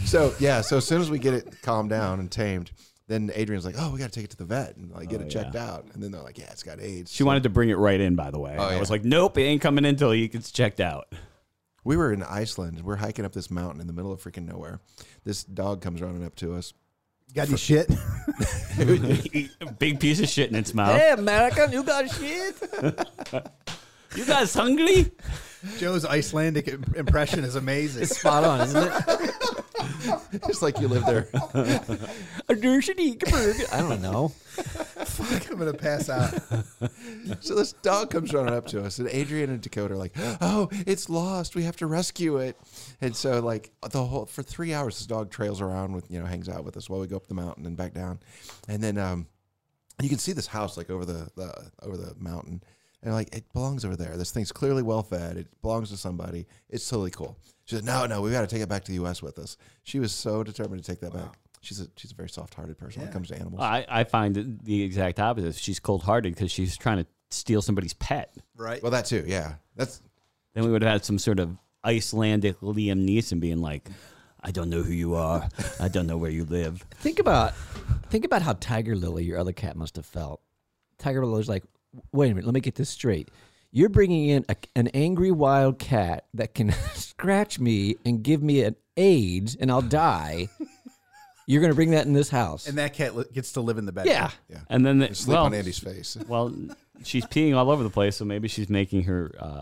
Speaker 3: So yeah, so as soon as we get it calmed down and tamed, then Adrian's like, "Oh, we got to take it to the vet and like get it checked out." And then they're like, "Yeah, it's got AIDS."
Speaker 1: she wanted to bring it right in. By the way, I
Speaker 3: Oh, yeah.
Speaker 1: was like, nope, it ain't coming in until he gets checked out. [laughs]
Speaker 3: we were in Iceland. We're hiking up this mountain in the middle of freaking nowhere. This dog comes running up to us.
Speaker 4: [laughs] Got [laughs] any shit?
Speaker 1: Big piece of shit in its mouth.
Speaker 2: Hey, American, you got shit.
Speaker 1: You guys hungry?
Speaker 4: Joe's Icelandic im- impression is
Speaker 2: [laughs]
Speaker 4: amazing.
Speaker 2: Spot on, isn't it?
Speaker 3: [laughs] It's like you live there.
Speaker 2: I don't know.
Speaker 3: [laughs]
Speaker 4: Fuck, I'm going to pass out.
Speaker 3: so this dog comes running up to us, and Adrian and Dakota are like, "Oh, it's lost. We have to rescue it." And so, like the whole for three hours, this dog trails around with you know hangs out with us while we go up the mountain and back down, and then um, you can see this house like over the, the over the mountain, and like it belongs over there. This thing's clearly well fed. It belongs to somebody. It's totally cool. She said, "No, no, we got to take it back to the U.S. with us." She was so determined to take that back. She's a she's a very soft hearted person when it comes to animals.
Speaker 1: I, I find it the exact opposite. She's cold hearted because she's trying to steal somebody's pet.
Speaker 4: Right.
Speaker 3: well, that too. Yeah, that's
Speaker 1: Then we would have had some sort of Icelandic Liam Neeson being like, I don't know who you are. I don't know where you live.
Speaker 2: Think about, think about how Tiger Lily, your other cat, must have felt. Tiger Lily's like, wait a minute, let me get this straight. You're bringing in a, an angry wild cat that can [laughs] scratch me and give me an AIDS, and I'll die. You're going to bring that in this house?
Speaker 4: And that cat li- gets to live in the bedroom.
Speaker 2: yeah.
Speaker 1: And then, the,
Speaker 3: sleep
Speaker 1: well,
Speaker 3: on Andy's [laughs] face.
Speaker 1: well, she's peeing all over the place, so maybe she's making her uh,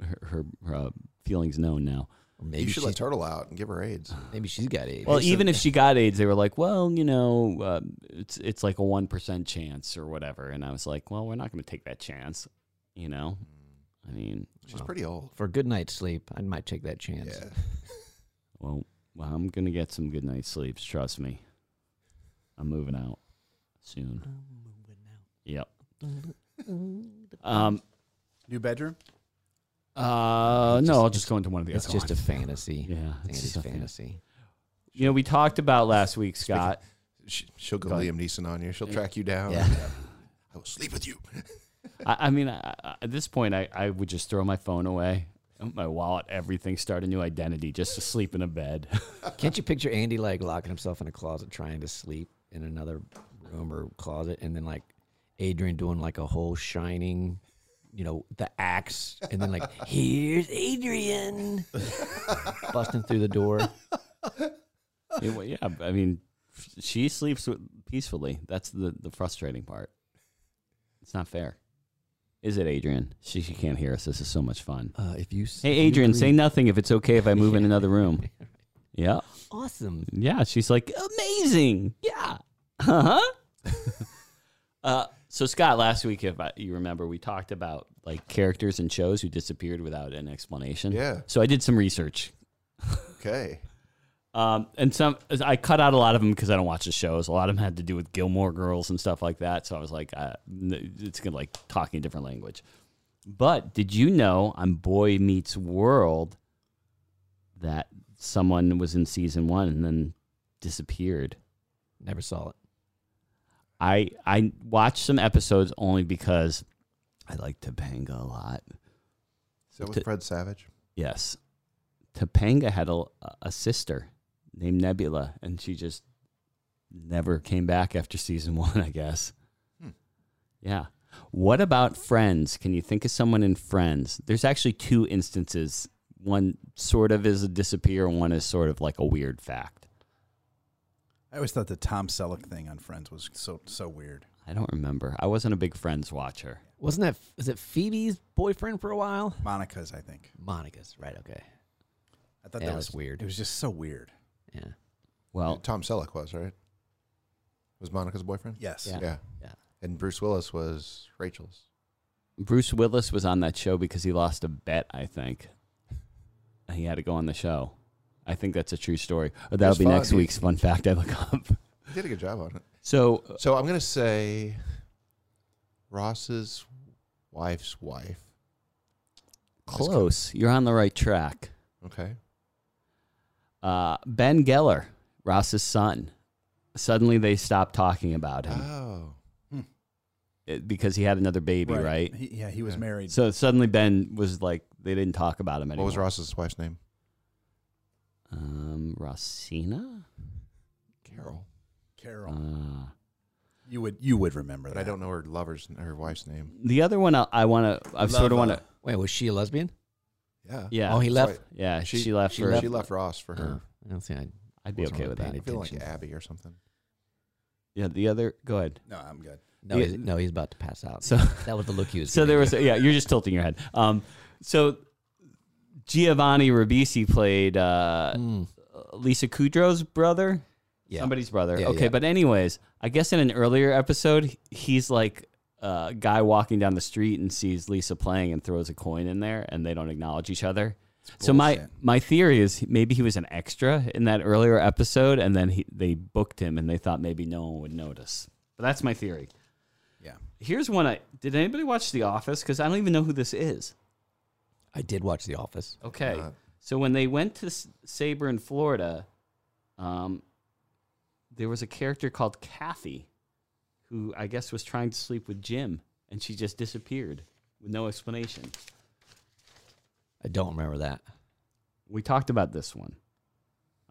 Speaker 1: her, her, her uh, feelings known now.
Speaker 2: Maybe
Speaker 3: you should
Speaker 2: she's,
Speaker 3: let Turtle out and give her AIDS.
Speaker 2: maybe she's got AIDS.
Speaker 1: Well, even if she got AIDS, they were like, "Well, you know, uh, it's it's like a one percent chance or whatever." And I was like, "Well, we're not going to take that chance," you know. I mean,
Speaker 3: She's pretty old.
Speaker 2: for a good night's sleep, I might take that chance.
Speaker 3: Yeah.
Speaker 1: Well, well, I'm gonna get some good night's sleeps. Trust me. I'm moving out soon. Yep. Um.
Speaker 4: New bedroom?
Speaker 1: Uh.
Speaker 2: It's
Speaker 1: No,
Speaker 2: just-
Speaker 1: I'll just go into one of the
Speaker 2: It's
Speaker 1: other
Speaker 2: just a
Speaker 1: ones.
Speaker 2: fantasy.
Speaker 1: yeah.
Speaker 2: It's just
Speaker 1: a
Speaker 2: a
Speaker 1: thing.
Speaker 2: fantasy.
Speaker 1: You know, we talked about last week, Scott.
Speaker 3: She, she'll go
Speaker 1: Go ahead.
Speaker 3: Liam Neeson on you. She'll track you down.
Speaker 2: Yeah.
Speaker 3: [laughs] I will sleep with you.
Speaker 1: I, I mean, I, I- at this point, I, I would just throw my phone away, my wallet, everything, start a new identity, just to sleep in a bed. [laughs]
Speaker 2: Can't you picture Andy like locking himself in a closet trying to sleep in another room or closet and then like Adrian doing like a whole shining, you know, the axe and then like, [laughs] here's Adrian [laughs] busting through the door.
Speaker 1: Yeah, well, yeah, I mean, she sleeps with- peacefully. That's the, the frustrating part. It's not fair. Is it, Adrian? She, she can't hear us. This is so much fun.
Speaker 2: Uh, if you
Speaker 1: Hey, Adrian, say nothing if it's okay if I move in another room. Yeah.
Speaker 2: Awesome.
Speaker 1: Yeah. She's like, amazing. Yeah. Uh-huh. [laughs] uh, so, Scott, last week, if I, you remember, we talked about like characters and shows who disappeared without an explanation.
Speaker 3: Yeah.
Speaker 1: So I did some research.
Speaker 3: Okay.
Speaker 1: Um, and some I cut out a lot of them because I don't watch the shows. A lot of them had to do with Gilmore Girls and stuff like that. So I was like, uh, n- it's gonna like talking a different language. But did you know on Boy Meets World that someone was in season one and then disappeared?
Speaker 2: Never saw it.
Speaker 1: I I watched some episodes only because I like Topanga a lot.
Speaker 3: So with
Speaker 1: T-
Speaker 3: Fred Savage.
Speaker 1: Yes. Topanga had a, a sister named Nebula, and she just [laughs] never came back after season one, I guess.
Speaker 3: Hmm.
Speaker 1: Yeah. What about Friends? Can you think of someone in Friends? There's actually two instances. One sort of is a disappear, and one is sort of like a weird fact.
Speaker 4: I always thought the Tom Selleck thing on Friends was so so weird.
Speaker 1: I don't remember. I wasn't a big Friends watcher.
Speaker 2: Wasn't that is it Phoebe's boyfriend for a while?
Speaker 4: Monica's, I think.
Speaker 2: Monica's right. Okay.
Speaker 4: I thought
Speaker 2: Yeah,
Speaker 4: that
Speaker 2: it
Speaker 4: was,
Speaker 2: was weird.
Speaker 4: It was just so weird.
Speaker 2: Yeah.
Speaker 1: Well,
Speaker 3: Tom Selleck was right. Was Monica's boyfriend?
Speaker 4: Yes.
Speaker 2: Yeah.
Speaker 3: yeah,
Speaker 2: Yeah.
Speaker 3: And Bruce Willis was Rachel's.
Speaker 1: Bruce Willis was on that show because he lost a bet, I think. He had to go on the show. I think that's a true story. But that'll
Speaker 3: That's
Speaker 1: be
Speaker 3: fine.
Speaker 1: next week's fun fact I look up.
Speaker 3: He did a good job on it.
Speaker 1: So,
Speaker 3: So uh, I'm gonna say Ross's wife's wife.
Speaker 1: close. You're on the right track.
Speaker 3: Okay.
Speaker 1: Uh, ben Geller, Ross's son. Suddenly they stopped talking about him
Speaker 3: Oh,
Speaker 1: uh, because he had another baby, right?
Speaker 4: He, yeah, he was
Speaker 3: Yeah.
Speaker 4: married.
Speaker 1: So suddenly Ben was like, they didn't talk about him
Speaker 3: what
Speaker 1: anymore.
Speaker 3: was Ross's wife's name?
Speaker 1: Um, Rossina?
Speaker 3: Carol.
Speaker 4: Carol,
Speaker 1: Uh,
Speaker 4: you would you would remember
Speaker 3: But
Speaker 4: that.
Speaker 3: I don't know her lover's her wife's name.
Speaker 1: the other one I, I want to, I sort of
Speaker 4: Lava.
Speaker 1: want to,
Speaker 2: Wait, was she a lesbian?
Speaker 3: Yeah.
Speaker 1: yeah.
Speaker 2: oh, he
Speaker 3: So
Speaker 2: left.
Speaker 1: yeah, she,
Speaker 3: she-
Speaker 1: left uh,
Speaker 2: she
Speaker 1: for,
Speaker 2: left-
Speaker 3: She left Ross for her.
Speaker 2: Oh, I don't see. I,
Speaker 1: I'd be
Speaker 2: wasn't
Speaker 1: okay
Speaker 2: really
Speaker 1: with
Speaker 2: paying
Speaker 1: that.
Speaker 3: I feel like
Speaker 2: attention.
Speaker 3: Abby or something.
Speaker 1: Yeah, the other. Go ahead.
Speaker 4: No, I'm good.
Speaker 2: no,
Speaker 1: Yeah.
Speaker 2: he's, no, he's about to pass out.
Speaker 1: So,
Speaker 2: that was the look he was.
Speaker 1: [laughs] so
Speaker 2: giving
Speaker 1: there
Speaker 2: you.
Speaker 1: was. Yeah, you're just tilting your head. Um, so Giovanni Ribisi played uh,
Speaker 2: [laughs] Mm,
Speaker 1: Lisa Kudrow's brother,
Speaker 2: yeah.
Speaker 1: somebody's brother.
Speaker 2: Yeah,
Speaker 1: okay,
Speaker 2: yeah.
Speaker 1: but anyways, I guess in an earlier episode, he's like a guy walking down the street and sees Lisa playing and throws a coin in there, and they don't acknowledge each other. So my
Speaker 4: bullshit.
Speaker 1: my theory is he- maybe he was an extra in that earlier episode, and then he, they booked him, and they thought maybe no one would notice. But that's my theory.
Speaker 4: Yeah.
Speaker 1: Here's one. I did anybody watch The Office? Because I don't even know who this is.
Speaker 2: I did watch The Office.
Speaker 1: Okay.
Speaker 3: not.
Speaker 1: so when they went to S- Saber in Florida, um, there was a character called Kathy, who I guess was trying to sleep with Jim, and she just disappeared with no explanation.
Speaker 2: I don't remember that.
Speaker 1: We talked about this one.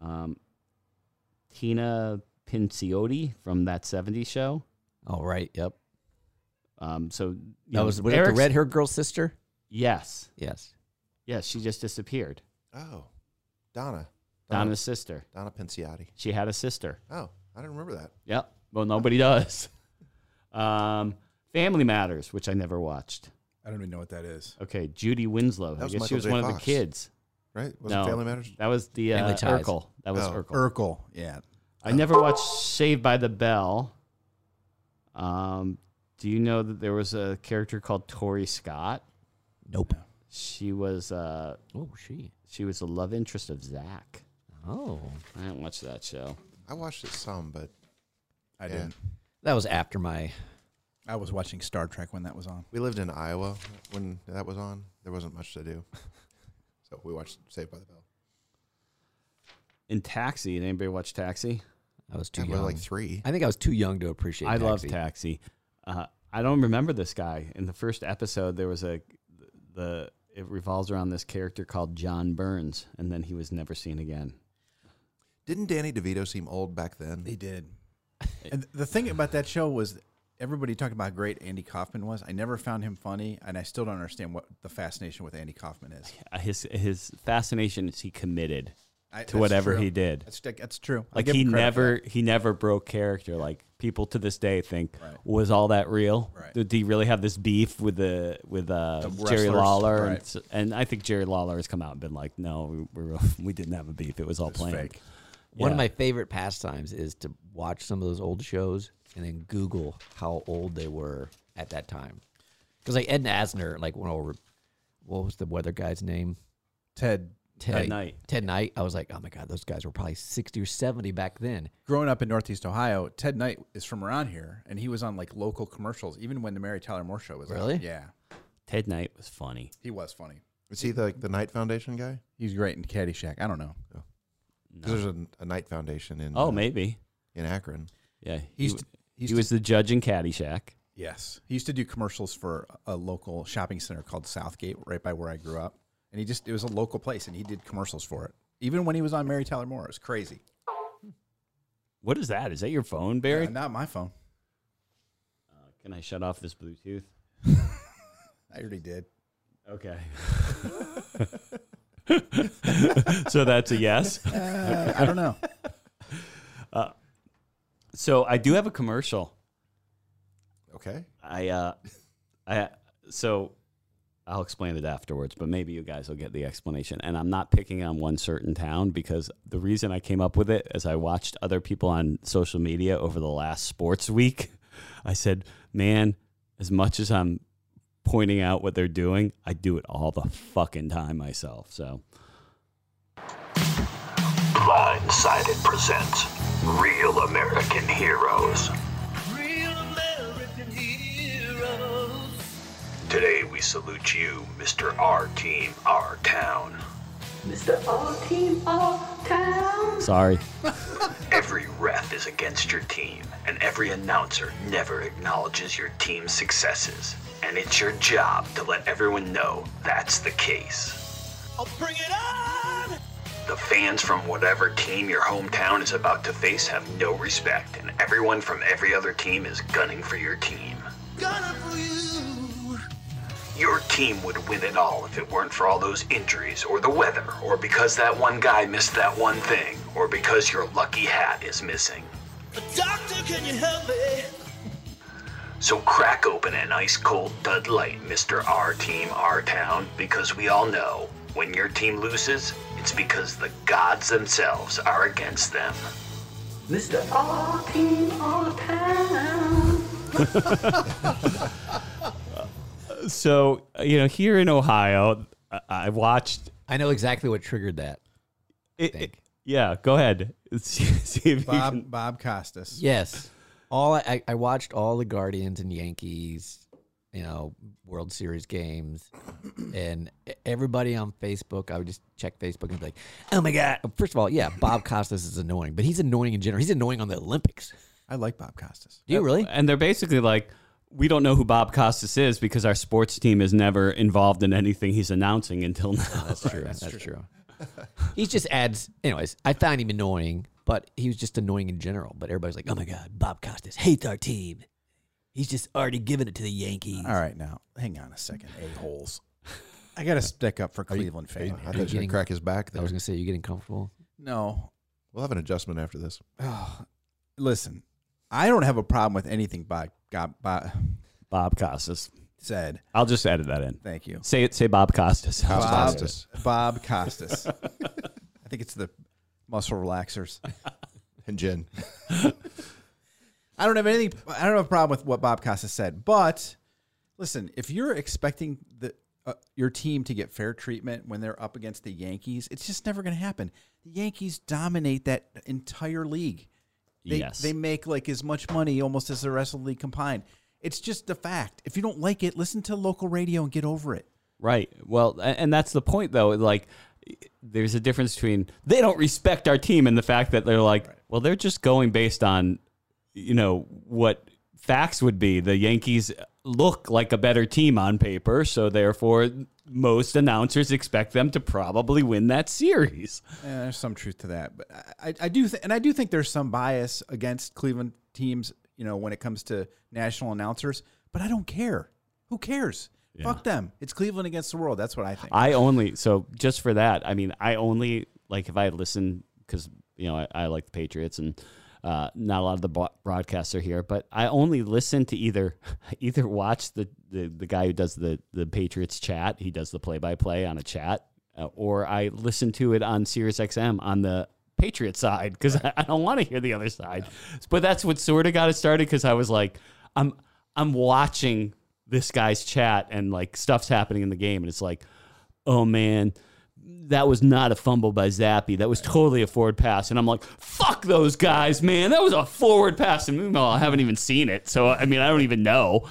Speaker 1: Um, Tina Pinciotti from that '70s show.
Speaker 2: All right. Yep.
Speaker 1: Um, so you
Speaker 2: That
Speaker 1: know,
Speaker 2: was was that the
Speaker 1: Eric's-
Speaker 2: red hair girl's sister.
Speaker 1: Yes,
Speaker 2: Yes.
Speaker 1: yes, she just disappeared.
Speaker 3: Oh, Donna.
Speaker 2: Uh-huh.
Speaker 1: Donna's sister.
Speaker 3: Donna Pinciotti.
Speaker 1: She had a sister.
Speaker 3: Oh, I didn't remember that.
Speaker 1: Yep. Well, nobody does. [laughs] Um, Family Matters, which I never watched.
Speaker 4: I don't even know what that is.
Speaker 1: Okay, Judy Winslow. I
Speaker 3: That was
Speaker 1: guess she
Speaker 3: Michael
Speaker 1: was
Speaker 3: J.
Speaker 1: one of the
Speaker 3: Fox.
Speaker 1: kids.
Speaker 3: Right? Was
Speaker 1: No.
Speaker 3: it Family Matters?
Speaker 1: That was the uh,
Speaker 2: Family Ties.
Speaker 1: Urkel. That was
Speaker 3: Oh,
Speaker 1: Urkel.
Speaker 4: Urkel. Yeah.
Speaker 1: I never watched Saved by the Bell. Um, do you know that there was a character called Tori Scott?
Speaker 2: Nope.
Speaker 1: She was uh,
Speaker 2: Oh, she.
Speaker 1: she was the love interest of Zach.
Speaker 2: Oh,
Speaker 1: I didn't watch that show.
Speaker 3: I watched it some, but
Speaker 4: I
Speaker 3: Yeah.
Speaker 4: didn't.
Speaker 2: that was after my.
Speaker 4: I was watching Star Trek when that was on.
Speaker 3: we lived in Iowa when that was on. There wasn't much to do. [laughs] so we watched Saved by the Bell.
Speaker 1: In Taxi, did anybody watch Taxi?
Speaker 2: I was too
Speaker 3: I was
Speaker 2: young.
Speaker 3: like three.
Speaker 2: I think I was too young to appreciate.
Speaker 1: I love
Speaker 2: Taxi.
Speaker 1: Taxi. Uh, I don't remember this guy. In the first episode, there was a the it revolves around this character called John Burns, and then he was never seen again.
Speaker 3: Didn't Danny DeVito seem old back then?
Speaker 4: They did. [laughs] And th- the thing about that show was everybody talked about how great Andy Kaufman was. I never found him funny, and I still don't understand what the fascination with Andy Kaufman is.
Speaker 1: Uh, His his fascination is he committed
Speaker 4: I,
Speaker 1: to
Speaker 4: that's
Speaker 1: whatever
Speaker 4: true.
Speaker 1: he did.
Speaker 4: That's, that's true. I'll
Speaker 1: Like
Speaker 4: give
Speaker 1: he
Speaker 4: him credit for
Speaker 1: never he never broke character. Like people to this day think
Speaker 4: Right.
Speaker 1: was all that real?
Speaker 4: Right.
Speaker 1: Did he really have this beef with the with uh,
Speaker 4: The
Speaker 1: Jerry
Speaker 4: wrestlers,
Speaker 1: Lawler? And
Speaker 4: right.
Speaker 1: s- And, I think Jerry Lawler has come out and been like, no, we [laughs] we, we didn't have a beef. It was all
Speaker 4: that. It's
Speaker 1: planned.
Speaker 4: fake.
Speaker 2: One of
Speaker 1: Yeah.
Speaker 2: my favorite pastimes is to watch some of those old shows and then Google how old they were at that time. Because like Ed Asner, like when over, what was the weather guy's name?
Speaker 4: Ted,
Speaker 2: Ted
Speaker 1: Knight.
Speaker 2: Ted Knight. I was like, oh my god, those guys were probably sixty or seventy back then.
Speaker 4: growing up in Northeast Ohio, Ted Knight is from around here, and he was on like local commercials, even when the Mary Tyler Moore show was on.
Speaker 2: Really?
Speaker 4: Yeah,
Speaker 1: Ted Knight was funny.
Speaker 4: he was funny.
Speaker 3: Is he the, like the Knight Foundation guy?
Speaker 4: He's great in Caddyshack. I don't know.
Speaker 3: 'Cause There's a, a Knight Foundation in
Speaker 1: Oh,
Speaker 3: uh,
Speaker 1: maybe.
Speaker 3: in Akron.
Speaker 1: Yeah, he
Speaker 4: He's
Speaker 1: w-
Speaker 4: he's
Speaker 1: he was the judge in Caddyshack.
Speaker 4: Yes. He used to do commercials for a local shopping center called Southgate, right by where I grew up. And he just, it was a local place and he did commercials for it. Even when he was on Mary Tyler Moore, it was crazy.
Speaker 1: What is that? Is that your phone, Barry?
Speaker 4: Uh, not my phone.
Speaker 1: Can I shut off this Bluetooth?
Speaker 4: I
Speaker 1: [laughs]
Speaker 4: already did.
Speaker 1: Okay. so that's a yes.
Speaker 4: Uh, I don't know.
Speaker 1: [laughs] So I do have a commercial.
Speaker 3: Okay.
Speaker 1: I uh I so I'll explain it afterwards, but maybe you guys will get the explanation. And I'm not picking on one certain town because the reason I came up with it is I watched other people on social media over the last sports week. I said, "Man, as much as I'm pointing out what they're doing, I do it all the fucking time myself." So,
Speaker 5: Blindsided presents Real American Heroes.
Speaker 6: Real American heroes.
Speaker 5: Today we salute you, Mr. R Team, R Town.
Speaker 6: Mr. All Team All Town.
Speaker 1: sorry.
Speaker 5: Every ref is against your team, and every announcer never acknowledges your team's successes. And it's your job to let everyone know that's the case.
Speaker 6: I'll bring it on.
Speaker 5: The fans from whatever team your hometown is about to face have no respect, and everyone from every other team is gunning for your team.
Speaker 6: Gonna for you.
Speaker 5: Your team would win it all if it weren't for all those injuries, or the weather, or because that one guy missed that one thing, or because your lucky hat is missing.
Speaker 6: But doctor, can you help me?
Speaker 5: So crack open an ice cold Dud Light, Mr. R Team R Town, because we all know when your team loses, it's because the gods themselves are against them.
Speaker 6: Mr. All Team All Town.
Speaker 1: So, you know, here in Ohio, I, I watched
Speaker 2: I know exactly what triggered that.
Speaker 1: it,
Speaker 2: Think.
Speaker 1: it- yeah, go ahead. [laughs] See, see if you can-
Speaker 4: Bob Bob Costas.
Speaker 2: Yes. All I- I, I watched all the Guardians and Yankees, you know, World Series games, and e- everybody on Facebook. I would just check Facebook and be like, "Oh my god!" First of all, yeah, Bob Costas is annoying, but he's annoying in general. He's annoying on the Olympics.
Speaker 4: I like Bob Costas.
Speaker 2: Do you really?
Speaker 1: And they're basically like, we don't know who Bob Costas is because our sports team is never involved in anything he's announcing until now.
Speaker 2: That's true. That's, true. [laughs] he just adds. Anyways, I found him annoying, but he was just annoying in general. But everybody's like, "Oh my god, Bob Costas hates our team. He's just already giving it to the Yankees."
Speaker 4: All right, now hang on a second, a holes. I got to stick up for Cleveland fan.
Speaker 3: I
Speaker 4: here.
Speaker 3: thought you were
Speaker 2: getting-
Speaker 3: gonna crack his back
Speaker 2: I
Speaker 3: there.
Speaker 2: was gonna say, you getting comfortable?
Speaker 4: No,
Speaker 3: We'll have an adjustment after this. [laughs]
Speaker 4: listen, I don't have a problem with anything Bob, Bob, Bob
Speaker 1: Bob Costas.
Speaker 4: said.
Speaker 1: I'll just edit that in.
Speaker 4: Thank you,
Speaker 1: Say it. Say Bob Costas.
Speaker 4: Bob.
Speaker 3: Costas.
Speaker 4: Bob Costas. I think it's the muscle relaxers.
Speaker 3: And Jen.
Speaker 4: I don't have anything. I don't have a problem with what Bob Costas said, but listen, if you're expecting the uh, your team to get fair treatment when they're up against the Yankees, it's just never going to happen. The Yankees dominate that entire league. They,
Speaker 1: Yes.
Speaker 4: they make like as much money almost as the rest of the league combined. It's just the fact. If you don't like it, listen to local radio and get over it.
Speaker 1: Right. Well, a- and that's the point, though. Like, there's a difference between they don't respect our team and the fact that they're like, well, they're just going based on, you know, what facts would be. The Yankees look like a better team on paper, so therefore, most announcers expect them to probably win that series.
Speaker 4: Yeah, Eh, there's some truth to that, but I, I- I do, th- and I do think there's some bias against Cleveland teams, you know, when it comes to national announcers. But I don't care. Who cares? Fuck them. It's Cleveland against the world. That's what I think.
Speaker 1: I only so just for that. I mean, I only like if I listen because you know I, I like the Patriots and uh, not a lot of the bo- broadcasts are here, but I only listen to either [laughs] either watch the the, the guy who does the the Patriots chat. He does the play by play on a chat, uh, or I listen to it on Sirius XM on the. Patriot side because [laughs] I, I don't want to hear the other side, but that's what sort of got it started because I was like, I'm I'm watching this guy's chat and like stuff's happening in the game and it's like, oh man, that was not a fumble by Zappy. That was totally a forward pass. And I'm like, fuck those guys, man. That was a forward pass. And meanwhile, I haven't even seen it. So, I mean, I don't even know.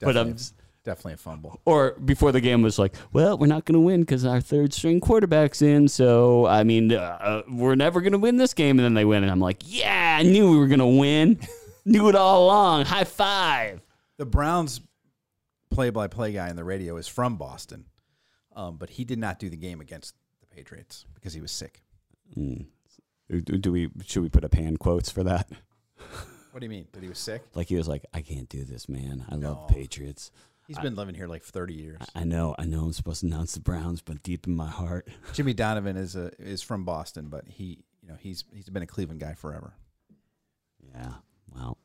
Speaker 1: But I'm.
Speaker 4: Definitely a fumble.
Speaker 1: Or before the game was like, well, we're not going to win because our third string quarterback's in. So, I mean, uh, we're never going to win this game. And then they win. And I'm like, yeah, I knew we were going to [laughs] win. knew it all along. High five.
Speaker 4: The Browns play-by-play guy on the radio is from Boston, um, but he did not do the game against the Patriots because he was sick.
Speaker 1: Do we, should we put a pan quotes for that?
Speaker 4: What do you mean? That he was sick?
Speaker 1: Like he was like, I can't do this, man. I love Patriots.
Speaker 4: He's been living here like 30 years.
Speaker 1: I know, I know I'm supposed to announce the Browns, but deep in my heart,
Speaker 4: Jimmy Donovan is a is from Boston, but he you know he's he's been a Cleveland guy forever.
Speaker 1: yeah. Well,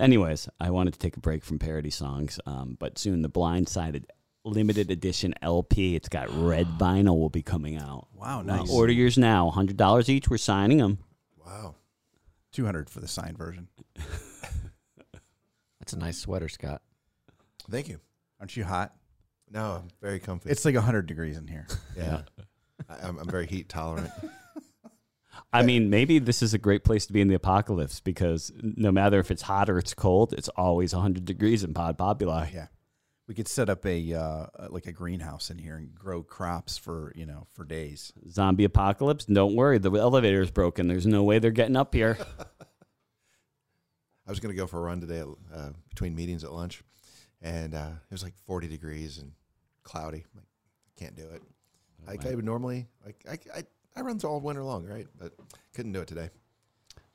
Speaker 1: anyways, I wanted to take a break from parody songs, um, but soon the Blindsided limited edition LP. It's got red vinyl will be coming out.
Speaker 4: Wow,
Speaker 1: Uh,
Speaker 4: nice.
Speaker 1: order yours now. Hundred dollars each. We're signing them.
Speaker 3: Wow.
Speaker 4: 200 for the signed version.
Speaker 2: That's a nice sweater, Scott.
Speaker 3: Thank you.
Speaker 4: Aren't you hot?
Speaker 3: No, I'm very comfy.
Speaker 4: It's like 100 degrees in [laughs] here.
Speaker 3: yeah. I, I'm, I'm very heat tolerant.
Speaker 1: I mean, maybe this is a great place to be in the apocalypse because no matter if it's hot or it's cold, it's always 100 degrees in Pod Populi.
Speaker 4: Yeah. We could set up a uh, like a greenhouse in here and grow crops for, you know, for days.
Speaker 1: Zombie apocalypse? Don't worry, the elevator's broken. There's no way they're getting up
Speaker 4: [laughs]
Speaker 1: here.
Speaker 3: I was going to go for a run today at, uh, between meetings at lunch, and uh, it was like 40 degrees and cloudy. I'm like, I can't do it.
Speaker 4: Oh,
Speaker 3: Like I would normally, like I, I, I run all winter long, right? But couldn't do it today.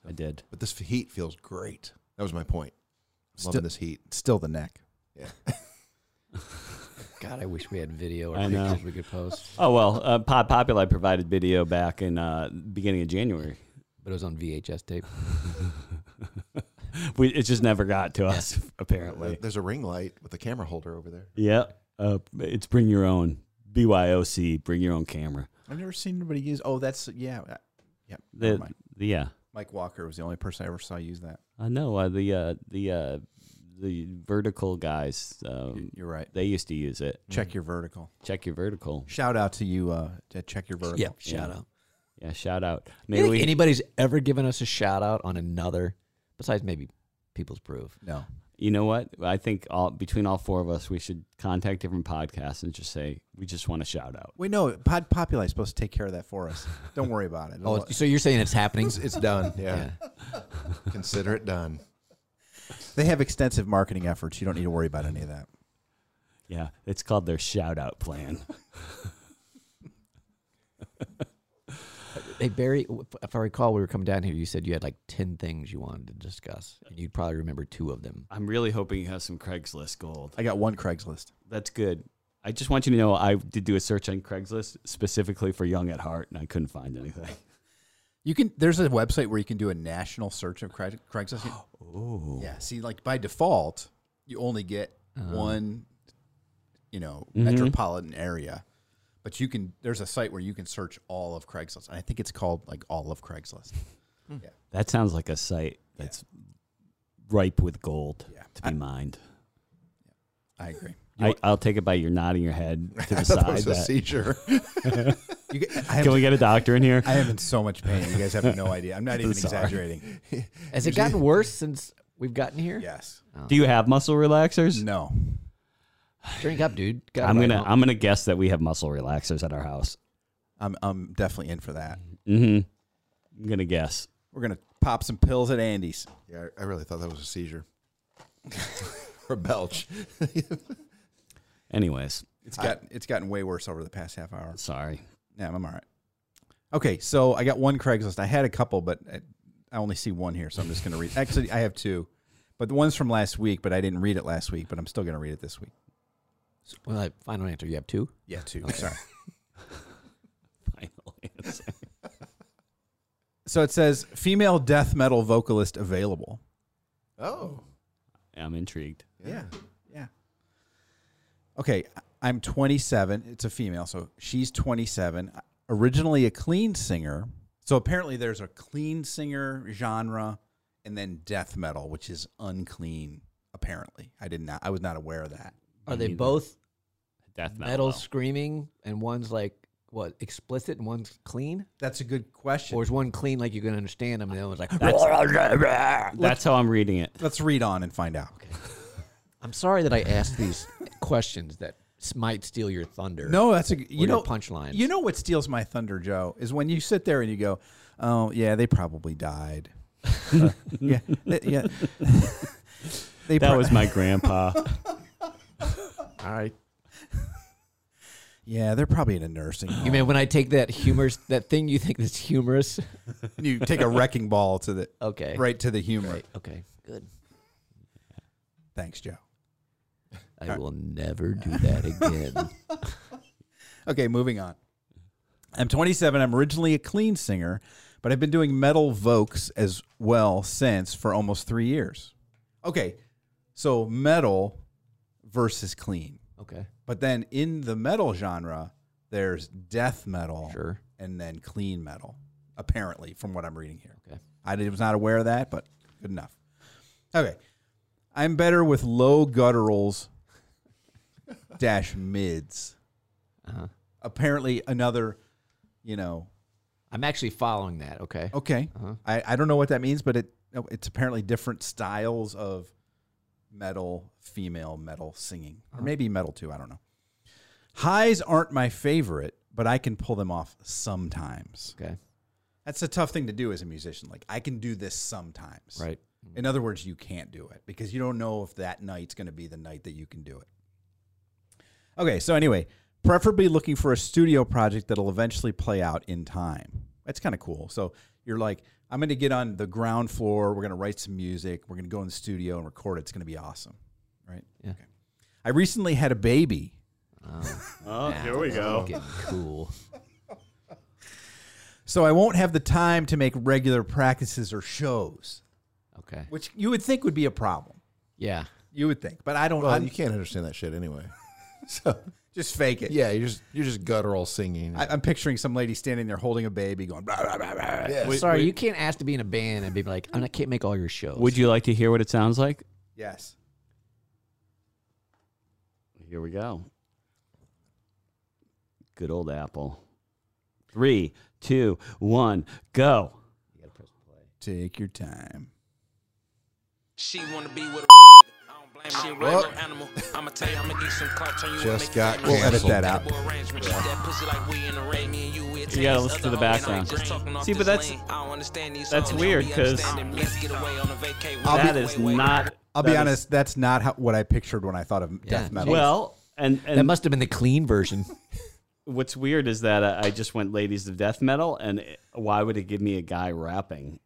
Speaker 1: I did.
Speaker 3: But this heat feels great. That was my point. Loving
Speaker 4: Still-
Speaker 3: this heat.
Speaker 4: Still the neck.
Speaker 3: Yeah.
Speaker 2: God, I wish we had video or
Speaker 1: I know.
Speaker 2: pictures we could post,
Speaker 1: Oh, well, uh, Pod Populi provided video back in uh, beginning of January.
Speaker 2: but it was on VHS tape.
Speaker 1: We, it just never got to us,
Speaker 3: There-
Speaker 1: apparently.
Speaker 3: There's a ring light with a camera holder over there.
Speaker 1: Yep. Uh, it's bring your own. BYOC, bring your own camera.
Speaker 4: I've never seen anybody use Oh, that's yeah. uh, Yeah. never
Speaker 1: The,
Speaker 4: mind.
Speaker 1: the- yeah.
Speaker 4: Mike Walker was the only person I ever saw use that.
Speaker 1: I know. Uh, the uh, the uh, the vertical guys, um,
Speaker 4: You're right.
Speaker 1: they used to use it.
Speaker 4: Check your vertical.
Speaker 1: Check your vertical.
Speaker 4: Shout out to you uh to check your vertical.
Speaker 2: Yeah, shout out.
Speaker 1: Yeah, shout out.
Speaker 2: You
Speaker 1: Maybe
Speaker 2: think
Speaker 1: we,
Speaker 2: anybody's ever given us a shout out on another, besides maybe People's Proof?
Speaker 4: No.
Speaker 1: you know what? I think all between all four of us, we should contact different podcasts and just say we just want a shout out.
Speaker 4: We know Pod Populi is supposed to take care of that for us. Don't worry about it.
Speaker 2: Oh, so you're saying it's happening?
Speaker 3: It's done. Yeah.
Speaker 2: yeah.
Speaker 3: Consider it done.
Speaker 4: [laughs] They have extensive marketing efforts. You don't need to worry about any of that.
Speaker 1: Yeah, it's called their shout out [laughs] plan.
Speaker 2: Hey Barry, if I recall, we were coming down here. You said you had like ten things you wanted to discuss, and you'd probably remember two of them.
Speaker 1: I'm really hoping you have some Craigslist gold.
Speaker 4: I got one Craigslist.
Speaker 1: That's good. I just want you to know I did do a search on Craigslist specifically for Young at Heart, and I couldn't find anything.
Speaker 4: You can. There's a website where you can do a national search of Craig, Craigslist. Oh. Yeah. See, like by default, you only get
Speaker 1: Uh-huh.
Speaker 4: one, you know,
Speaker 1: Mm-hmm.
Speaker 4: metropolitan area, but you can. There's a site where you can search all of Craigslist, and I think it's called like all of Craigslist.
Speaker 1: That sounds like a site that's ripe with gold
Speaker 4: Yeah.
Speaker 1: to be mined. [laughs]
Speaker 4: I agree.
Speaker 1: I, I'll take it by your nodding your
Speaker 4: [laughs]
Speaker 1: head to the
Speaker 3: That
Speaker 1: side.
Speaker 3: was a
Speaker 1: that- [laughs]
Speaker 3: seizure.
Speaker 4: You get, I,
Speaker 1: Can
Speaker 4: am,
Speaker 1: we get a doctor in here?
Speaker 4: I am in so much pain. You
Speaker 1: [laughs]
Speaker 4: guys have no idea. I'm not even exaggerating.
Speaker 2: Has it gotten worse since we've gotten here?
Speaker 4: Yes.
Speaker 1: Do you have muscle relaxers?
Speaker 4: No.
Speaker 2: Drink up, dude. Gotta
Speaker 1: I'm
Speaker 2: write
Speaker 1: gonna
Speaker 2: home.
Speaker 1: I'm gonna guess that we have muscle relaxers at our house.
Speaker 4: I'm. I'm definitely in for that.
Speaker 1: Mm-hmm. I'm gonna guess.
Speaker 4: We're gonna pop some pills at Andy's.
Speaker 3: Yeah, I I really thought that was a seizure or belch.
Speaker 1: Anyways,
Speaker 4: It's got. it's gotten way worse over the past half hour.
Speaker 1: sorry. [laughs]
Speaker 4: Yeah, I'm all right. Okay, so I got one Craigslist. I had a couple, but I, I only see one here, so I'm just going to read. Actually, I have two, but the one's from last week, but I didn't read it last week, but I'm still going to read it this week.
Speaker 2: Well, that final answer. You have two.
Speaker 4: Yeah, two. Sorry.
Speaker 1: Final answer.
Speaker 4: So it says female death metal vocalist available.
Speaker 3: Oh,
Speaker 1: I'm intrigued.
Speaker 4: Yeah. Yeah. Okay, I'm 27. It's a female, so she's 27. Originally a clean singer. So apparently there's a clean singer genre and then death metal, which is unclean apparently. I did not I was not aware of that.
Speaker 2: Are they
Speaker 1: neither.
Speaker 2: both
Speaker 1: Death
Speaker 2: metal
Speaker 1: metal.
Speaker 2: screaming and one's like what explicit and one's clean,
Speaker 4: That's a good question.
Speaker 2: or is one clean like you can understand them and the other one's like?
Speaker 1: That's how I'm reading it.
Speaker 4: Let's read on and find out.
Speaker 2: [laughs] I'm sorry that I asked these questions that s- might steal your thunder.
Speaker 4: No, that's a you
Speaker 2: your
Speaker 4: know
Speaker 2: punchlines.
Speaker 4: You know what steals my thunder, Joe, is when you sit there and you go, "Oh yeah, they probably died." [laughs] Uh, yeah, th- yeah. [laughs] they
Speaker 1: That
Speaker 4: prob-
Speaker 1: was my [laughs] grandpa.
Speaker 2: all right.
Speaker 4: Yeah, they're probably in a nursing
Speaker 2: [sighs]
Speaker 4: home.
Speaker 2: You mean when I take that humorous that thing you think that's humorous?
Speaker 4: you [laughs] take a wrecking ball to the
Speaker 2: [laughs] Okay.
Speaker 4: right to the humor.
Speaker 2: Okay. Good.
Speaker 4: Thanks, Joe.
Speaker 2: I will
Speaker 1: [laughs]
Speaker 2: never do that again.
Speaker 4: Okay, moving on. I'm 27. I'm originally a clean singer, but I've been doing metal vocals as well since for almost three years. Okay, so metal versus clean.
Speaker 2: okay.
Speaker 4: But then in the metal genre, there's death metal
Speaker 2: Sure.
Speaker 4: and then clean metal, apparently, from what I'm reading here.
Speaker 2: Okay.
Speaker 4: I did- was not aware of that, but good enough. Okay. I'm better with low gutturals [laughs] dash mids.
Speaker 2: Uh-huh.
Speaker 4: Apparently, another, you know,
Speaker 2: I'm actually following that. Okay.
Speaker 4: okay. I, I don't know what that means, but it no, it's apparently different styles of metal, female metal singing, or maybe metal too. I don't know. Highs aren't my favorite, but I can pull them off sometimes.
Speaker 2: Okay.
Speaker 4: That's a tough thing to do as a musician. Like, I can do this sometimes.
Speaker 2: Right.
Speaker 4: In other words, you can't do it because you don't know if that night's going to be the night that you can do it. Okay, so anyway, preferably looking for a studio project that'll eventually play out in time. That's kind of cool. So you're like, I'm going to get on the ground floor. We're going to write some music. We're going to go in the studio and record it. It's going to be awesome. Right?
Speaker 2: Yeah.
Speaker 4: Okay. I recently had a baby.
Speaker 1: Oh,
Speaker 2: Nah,
Speaker 1: here we go.
Speaker 2: Getting cool.
Speaker 4: So I won't have the time to make regular practices or shows,
Speaker 2: Okay.
Speaker 4: which you would think would be a problem.
Speaker 2: Yeah.
Speaker 4: You would think, but I don't.
Speaker 3: Well,
Speaker 4: I'm-
Speaker 3: you can't understand that shit
Speaker 4: [laughs]
Speaker 3: anyway. So
Speaker 4: just fake it.
Speaker 3: yeah, you're just you're just guttural singing.
Speaker 4: I, I'm picturing some lady standing there holding a baby, going. Blah, blah, blah, blah.
Speaker 3: yeah.
Speaker 1: Wait,
Speaker 2: Sorry,
Speaker 1: wait.
Speaker 2: you can't ask to be in a band and be like, "I'm- I can't make all your shows.
Speaker 1: Would you like to hear what it sounds like?
Speaker 4: Yes.
Speaker 1: Here we go. Good old Apple. Three, two, one, go.
Speaker 4: Take your time.
Speaker 7: She wanna be with a I don't blame her. She ain't really
Speaker 3: Oh.
Speaker 7: no animal. I'ma tell you, I'ma get some clutch on you. and
Speaker 3: Just
Speaker 7: make
Speaker 3: got
Speaker 7: it
Speaker 4: We'll edit
Speaker 3: Cancel.
Speaker 4: that out.
Speaker 7: amicable arrangements. That pussy like we in the rain, me and you, we
Speaker 1: You gotta listen to the background. See, but that's-
Speaker 7: I don't understand these
Speaker 1: that's
Speaker 7: songs.
Speaker 1: weird,
Speaker 7: Don't be
Speaker 1: 'cause-
Speaker 7: understanding. Let's get away on a vacay.
Speaker 4: I'll be-
Speaker 1: That is not.
Speaker 4: I'll be
Speaker 1: that is-
Speaker 4: honest. that's not how, what I pictured when I thought of
Speaker 2: Yeah.
Speaker 4: death metal.
Speaker 1: well, and,
Speaker 2: That
Speaker 1: and
Speaker 2: must have been the clean version.
Speaker 1: what's weird is that uh, I, I just went ladies of death metal, and it- why would it give me a guy rapping?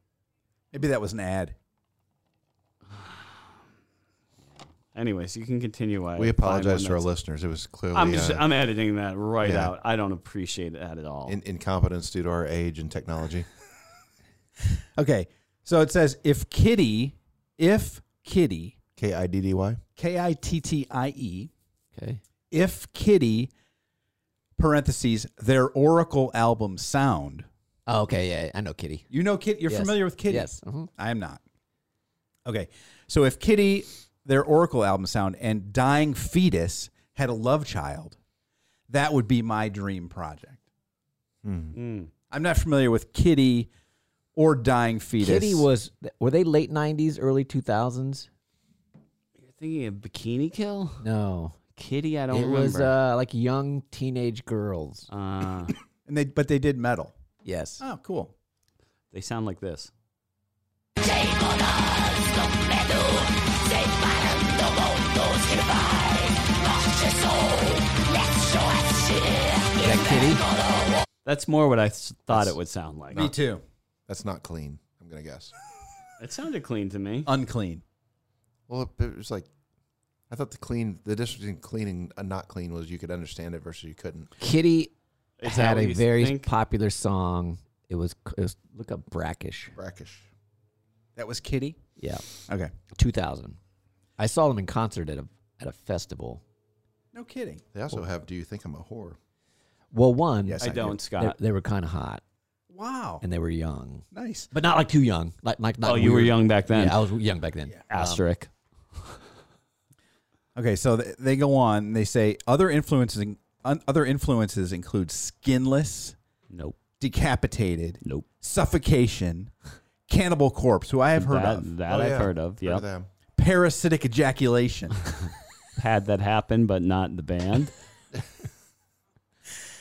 Speaker 4: maybe that was an ad.
Speaker 1: Anyways, you can continue. while I
Speaker 3: we
Speaker 1: find one
Speaker 3: apologize to our
Speaker 1: that's-
Speaker 3: listeners. It was clearly
Speaker 1: I'm just
Speaker 3: uh,
Speaker 1: I'm editing that right
Speaker 3: yeah.
Speaker 1: out. I don't appreciate that at all.
Speaker 3: Oh. in, incompetence due to our age and technology.
Speaker 4: Okay, so it says if Kitty, if Kitty,
Speaker 3: K i d d y.
Speaker 4: K I T T I E,
Speaker 2: Okay.
Speaker 4: if Kitty, parentheses their Oracle album sound.
Speaker 2: Oh, okay. Yeah, I know Kitty.
Speaker 4: You know, Kit. You're
Speaker 2: Yes.
Speaker 4: familiar with Kitty.
Speaker 2: Yes. uh
Speaker 4: I am not. Okay. So if Kitty, their Oracle album sound, and Dying Fetus had a love child, that would be my dream project. Hmm.
Speaker 1: Mm.
Speaker 4: I'm not familiar with Kitty or Dying Fetus.
Speaker 2: Kitty was. Were they late '90s, early 2000s?
Speaker 1: You're thinking of Bikini Kill,
Speaker 2: No.
Speaker 1: Kitty. I don't
Speaker 2: It
Speaker 1: remember.
Speaker 2: was uh, like young teenage girls.
Speaker 1: Uh,
Speaker 4: and they but they did metal.
Speaker 2: Yes.
Speaker 4: Oh, cool.
Speaker 1: they sound like this.
Speaker 2: Is that Kitty?
Speaker 1: That's more what I s- thought it would sound like.
Speaker 4: Me too.
Speaker 3: That's not clean. I'm gonna guess.
Speaker 1: It sounded clean to me.
Speaker 4: Unclean.
Speaker 3: Well, it, it was like I thought the clean, the difference between clean and uh, not clean was you could understand it versus you couldn't.
Speaker 2: Kitty
Speaker 1: Is that
Speaker 2: had
Speaker 1: what
Speaker 2: a
Speaker 1: you
Speaker 2: very
Speaker 1: think?
Speaker 2: popular song. It was, it was look up brackish.
Speaker 3: Brackish.
Speaker 4: That was Kitty.
Speaker 2: Yeah,
Speaker 4: Okay.
Speaker 2: 2000. I saw them in concert at a at a festival.
Speaker 4: No kidding.
Speaker 3: They also have. Do you think I'm a whore?
Speaker 2: Well, one,
Speaker 4: Yes.
Speaker 1: I
Speaker 4: I do.
Speaker 1: don't,
Speaker 2: they,
Speaker 1: Scott.
Speaker 2: they were kind of hot
Speaker 4: Wow.
Speaker 2: and they were young,
Speaker 4: Nice.
Speaker 2: but not like too young. Like like not
Speaker 1: Oh, you were
Speaker 2: weird.
Speaker 1: young back then.
Speaker 2: Yeah, I was young back then.
Speaker 1: Asterisk.
Speaker 4: Okay, so th- they go on. and They say other influences un- other influences include skinless,
Speaker 1: nope.
Speaker 4: decapitated,
Speaker 1: Nope.
Speaker 4: suffocation, cannibal corpse, who I have heard
Speaker 1: that
Speaker 4: of,
Speaker 1: that
Speaker 3: Oh,
Speaker 1: I've
Speaker 3: yeah.
Speaker 1: heard of.
Speaker 3: Heard
Speaker 1: Yeah.
Speaker 3: of them.
Speaker 4: parasitic ejaculation,
Speaker 1: Had that happen, but not in the band.
Speaker 2: Um,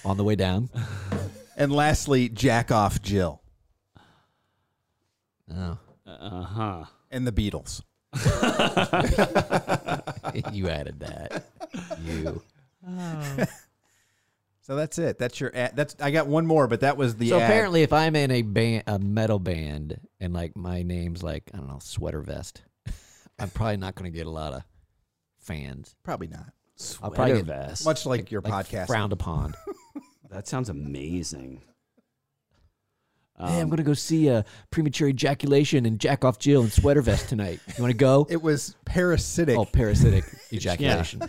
Speaker 2: on the way down. [laughs]
Speaker 4: and lastly, jack off Jill
Speaker 2: Oh,
Speaker 1: Uh huh.
Speaker 4: and the Beatles.
Speaker 2: you added that. You.
Speaker 4: So that's it. That's your ad. That's I got one more, but that was the
Speaker 2: So
Speaker 4: ad.
Speaker 2: apparently, if I'm in a band, a metal band, [laughs] and like my name's like I don't know, sweater vest, I'm probably not going to get a lot of fans.
Speaker 4: Probably not.
Speaker 2: I'll
Speaker 1: Sweater
Speaker 2: get
Speaker 1: vest.
Speaker 4: Much like your podcast.
Speaker 2: frowned [laughs] upon.
Speaker 1: That sounds amazing.
Speaker 2: Um, hey, I'm gonna go see uh, premature ejaculation and jack off Jill in sweater vest tonight. You want to go?
Speaker 4: It was parasitic.
Speaker 2: oh, [laughs] parasitic ejaculation.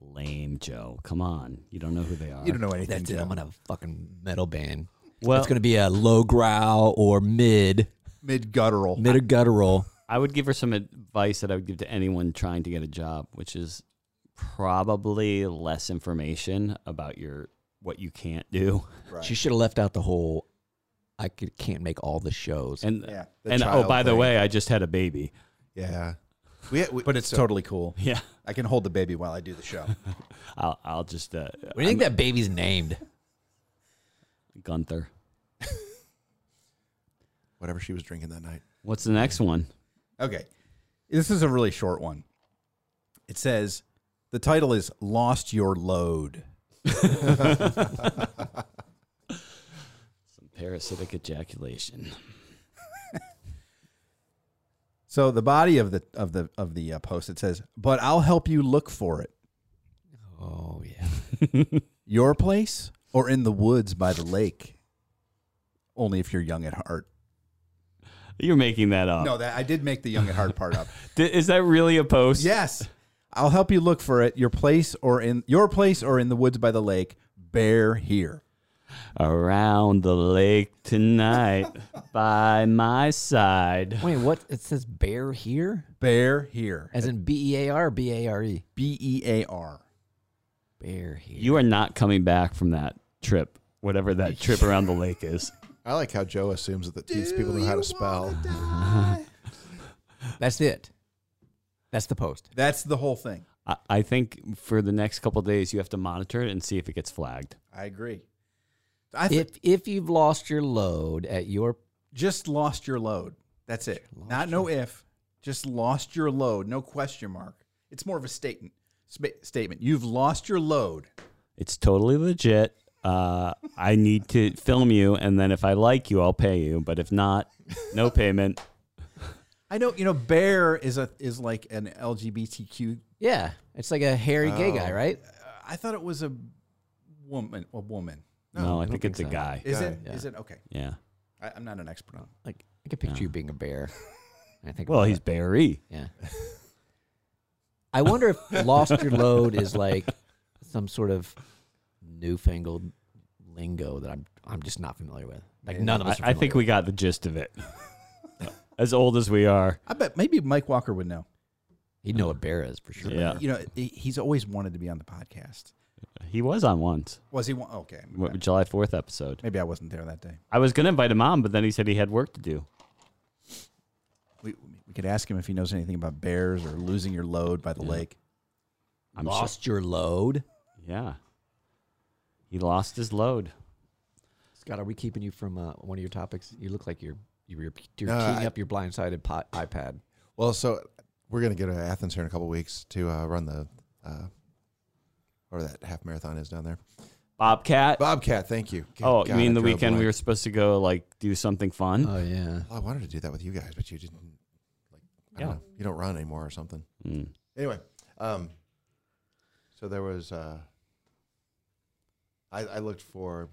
Speaker 1: Lame Joe. Come on. You don't know who they are.
Speaker 4: you don't know anything.
Speaker 2: That's it.
Speaker 4: Joe.
Speaker 2: I'm gonna fucking metal band.
Speaker 1: Well-
Speaker 2: it's gonna be a low growl or mid,
Speaker 4: Mid guttural.
Speaker 2: mid or guttural.
Speaker 1: I would give her some advice that I would give to anyone trying to get a job, which is probably less information about your what you can't do.
Speaker 2: She should have left out the whole. I could, can't make all the shows.
Speaker 1: And
Speaker 4: Yeah, the
Speaker 1: and oh,
Speaker 4: child
Speaker 1: by the
Speaker 4: thing.
Speaker 1: way, I just had a baby.
Speaker 3: Yeah. We, we,
Speaker 4: But it's
Speaker 3: so-
Speaker 4: totally cool.
Speaker 1: [laughs] Yeah,
Speaker 4: I can hold the baby while I do the show.
Speaker 1: I'll I'll just uh,
Speaker 2: what do you think that baby's named?
Speaker 1: Gunther.
Speaker 3: whatever she was drinking that night.
Speaker 1: What's the next one?
Speaker 4: Okay. This is a really short one. It says the title is Lost Your Load.
Speaker 1: Some parasitic ejaculation.
Speaker 4: So the body of the of the of the uh, post it says, "But I'll help you look for it.
Speaker 2: Oh yeah.
Speaker 3: [laughs]
Speaker 4: Your place or in the woods by the lake. Only if you're young at heart."
Speaker 1: You're making that up.
Speaker 4: No, that I did make the young at heart part up.
Speaker 1: Th- is that really a post?
Speaker 4: [laughs] Yes. I'll help you look for it. Your place or in your place or in the woods by the lake. Bear here.
Speaker 1: Around the lake
Speaker 4: [laughs]
Speaker 1: tonight, by my side.
Speaker 2: Wait, what? It says bear here,
Speaker 4: Bear here.
Speaker 2: as in B E A R B A R E.
Speaker 4: B E A R.
Speaker 2: Bear here.
Speaker 1: You are not coming back from that trip, whatever
Speaker 4: [laughs]
Speaker 1: that trip around the lake is.
Speaker 3: I like how Joe assumes that these people know how to spell. [laughs]
Speaker 2: That's it. That's the post.
Speaker 4: That's the whole thing.
Speaker 1: I, I think for the next couple of days, you have to monitor it and see if it gets flagged.
Speaker 4: I agree. I th-
Speaker 2: If if you've lost your load at your
Speaker 4: just lost your load. That's it. Not no if. Just lost your load. No question mark. It's more of a statement. spa- statement. You've lost your load.
Speaker 1: It's totally legit. Uh, I need to film you, and then if I like you, I'll pay you. But if not, no payment.
Speaker 4: I know. You know, bear is a is like an LGBTQ.
Speaker 2: yeah, it's like a hairy gay
Speaker 1: Oh.
Speaker 2: guy, right?
Speaker 4: I thought it was a woman. A woman.
Speaker 1: No, I think, it's a guy.
Speaker 4: Is it? Is it okay?
Speaker 1: Yeah.
Speaker 4: I, I'm not an expert on. it.
Speaker 2: Like I could picture you being a bear. I think.
Speaker 1: Well,
Speaker 2: about
Speaker 1: he's
Speaker 2: it.
Speaker 1: Barry.
Speaker 2: yeah. I wonder if lost your load is like some sort of newfangled lingo that I'm I'm just not familiar with. Like none of
Speaker 1: I,
Speaker 2: us. Are
Speaker 1: I think
Speaker 2: familiar
Speaker 1: we got the gist of it. [laughs] as old as we are,
Speaker 4: I bet maybe Mike Walker would know.
Speaker 2: with. he'd know what bear is for sure.
Speaker 1: yeah,
Speaker 4: You know, he- he's always wanted to be on the podcast.
Speaker 1: he was on once.
Speaker 4: Was he? wa- Okay.
Speaker 1: What, July Fourth episode.
Speaker 4: Maybe I wasn't there that day.
Speaker 1: I was gonna invite him on, but then he said he had work to do.
Speaker 4: We, we could ask him if he knows anything about bears or losing your load by the lake.
Speaker 1: I'm sure-
Speaker 2: lost your load.
Speaker 1: Yeah, he lost his load.
Speaker 2: Scott, are we keeping you from uh, one of your topics? You look like you're you're,
Speaker 1: Uh,
Speaker 2: you're
Speaker 3: No,
Speaker 2: keying
Speaker 3: I-
Speaker 2: up your blindsided pot, iPad.
Speaker 3: Well, so we're gonna go to Athens here in a couple weeks to uh, run the, uh, or that half marathon is down there.
Speaker 1: Bobcat.
Speaker 3: Bobcat, thank you. Good
Speaker 1: oh,
Speaker 3: God,
Speaker 1: you mean
Speaker 3: I
Speaker 1: the
Speaker 3: drove
Speaker 1: weekend we
Speaker 3: blank.
Speaker 1: were supposed to go like do something fun?
Speaker 2: Oh yeah.
Speaker 3: Well, I wanted to do that with you guys, but you didn't. Like, I
Speaker 1: Yeah.
Speaker 3: don't know, you don't run anymore or something.
Speaker 1: Mm.
Speaker 3: Anyway, um, so there was. Uh, I, I looked for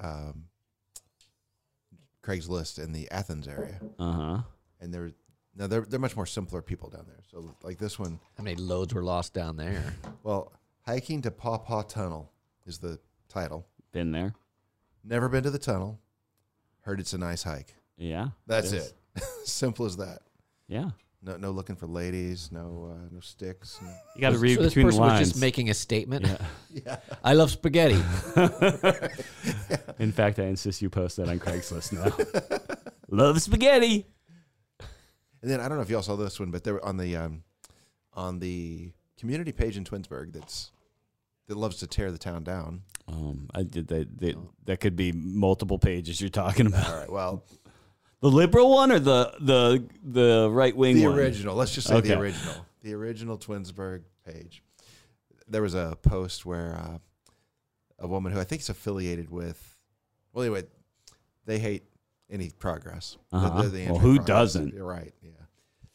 Speaker 3: um, Craigslist in the Athens area,
Speaker 1: Uh huh.
Speaker 3: and there now they're they're much more simpler people down there. So like this one,
Speaker 2: How many loads were lost down there?
Speaker 3: well, hiking to Paw Paw Tunnel is the title.
Speaker 1: Been there.
Speaker 3: Never been to the tunnel. Heard it's a nice hike.
Speaker 1: Yeah.
Speaker 3: That's
Speaker 1: Yes.
Speaker 3: it. [laughs] Simple as that.
Speaker 1: Yeah.
Speaker 3: No, no looking for ladies. No, uh, no sticks. no-
Speaker 1: You got to read
Speaker 2: so this
Speaker 1: between the
Speaker 2: person
Speaker 1: lines.
Speaker 2: was just making a statement. [laughs]
Speaker 1: Yeah.
Speaker 2: I
Speaker 1: [laughs]
Speaker 2: love spaghetti.
Speaker 3: [laughs]
Speaker 1: In fact, I insist you post that on Craigslist now. [laughs] Love spaghetti.
Speaker 3: And then I don't know if y'all saw this one, but there on the um, on the community page in Twinsburg that's that loves to tear the town down.
Speaker 1: Um, I did that. That, that could be multiple pages you're talking
Speaker 3: All
Speaker 1: about.
Speaker 3: right, well,
Speaker 1: The liberal one or the the the right wing
Speaker 3: the
Speaker 1: one?
Speaker 3: original. Let's just say
Speaker 1: Okay.
Speaker 3: the original, the original Twinsburg page. There was a post where uh, a woman who I think is affiliated with. Well, anyway, they hate any progress. They're-
Speaker 1: Uh-huh.
Speaker 3: they're the
Speaker 1: Well, who
Speaker 3: anti-progress.
Speaker 1: doesn't?
Speaker 3: You're right. Yeah.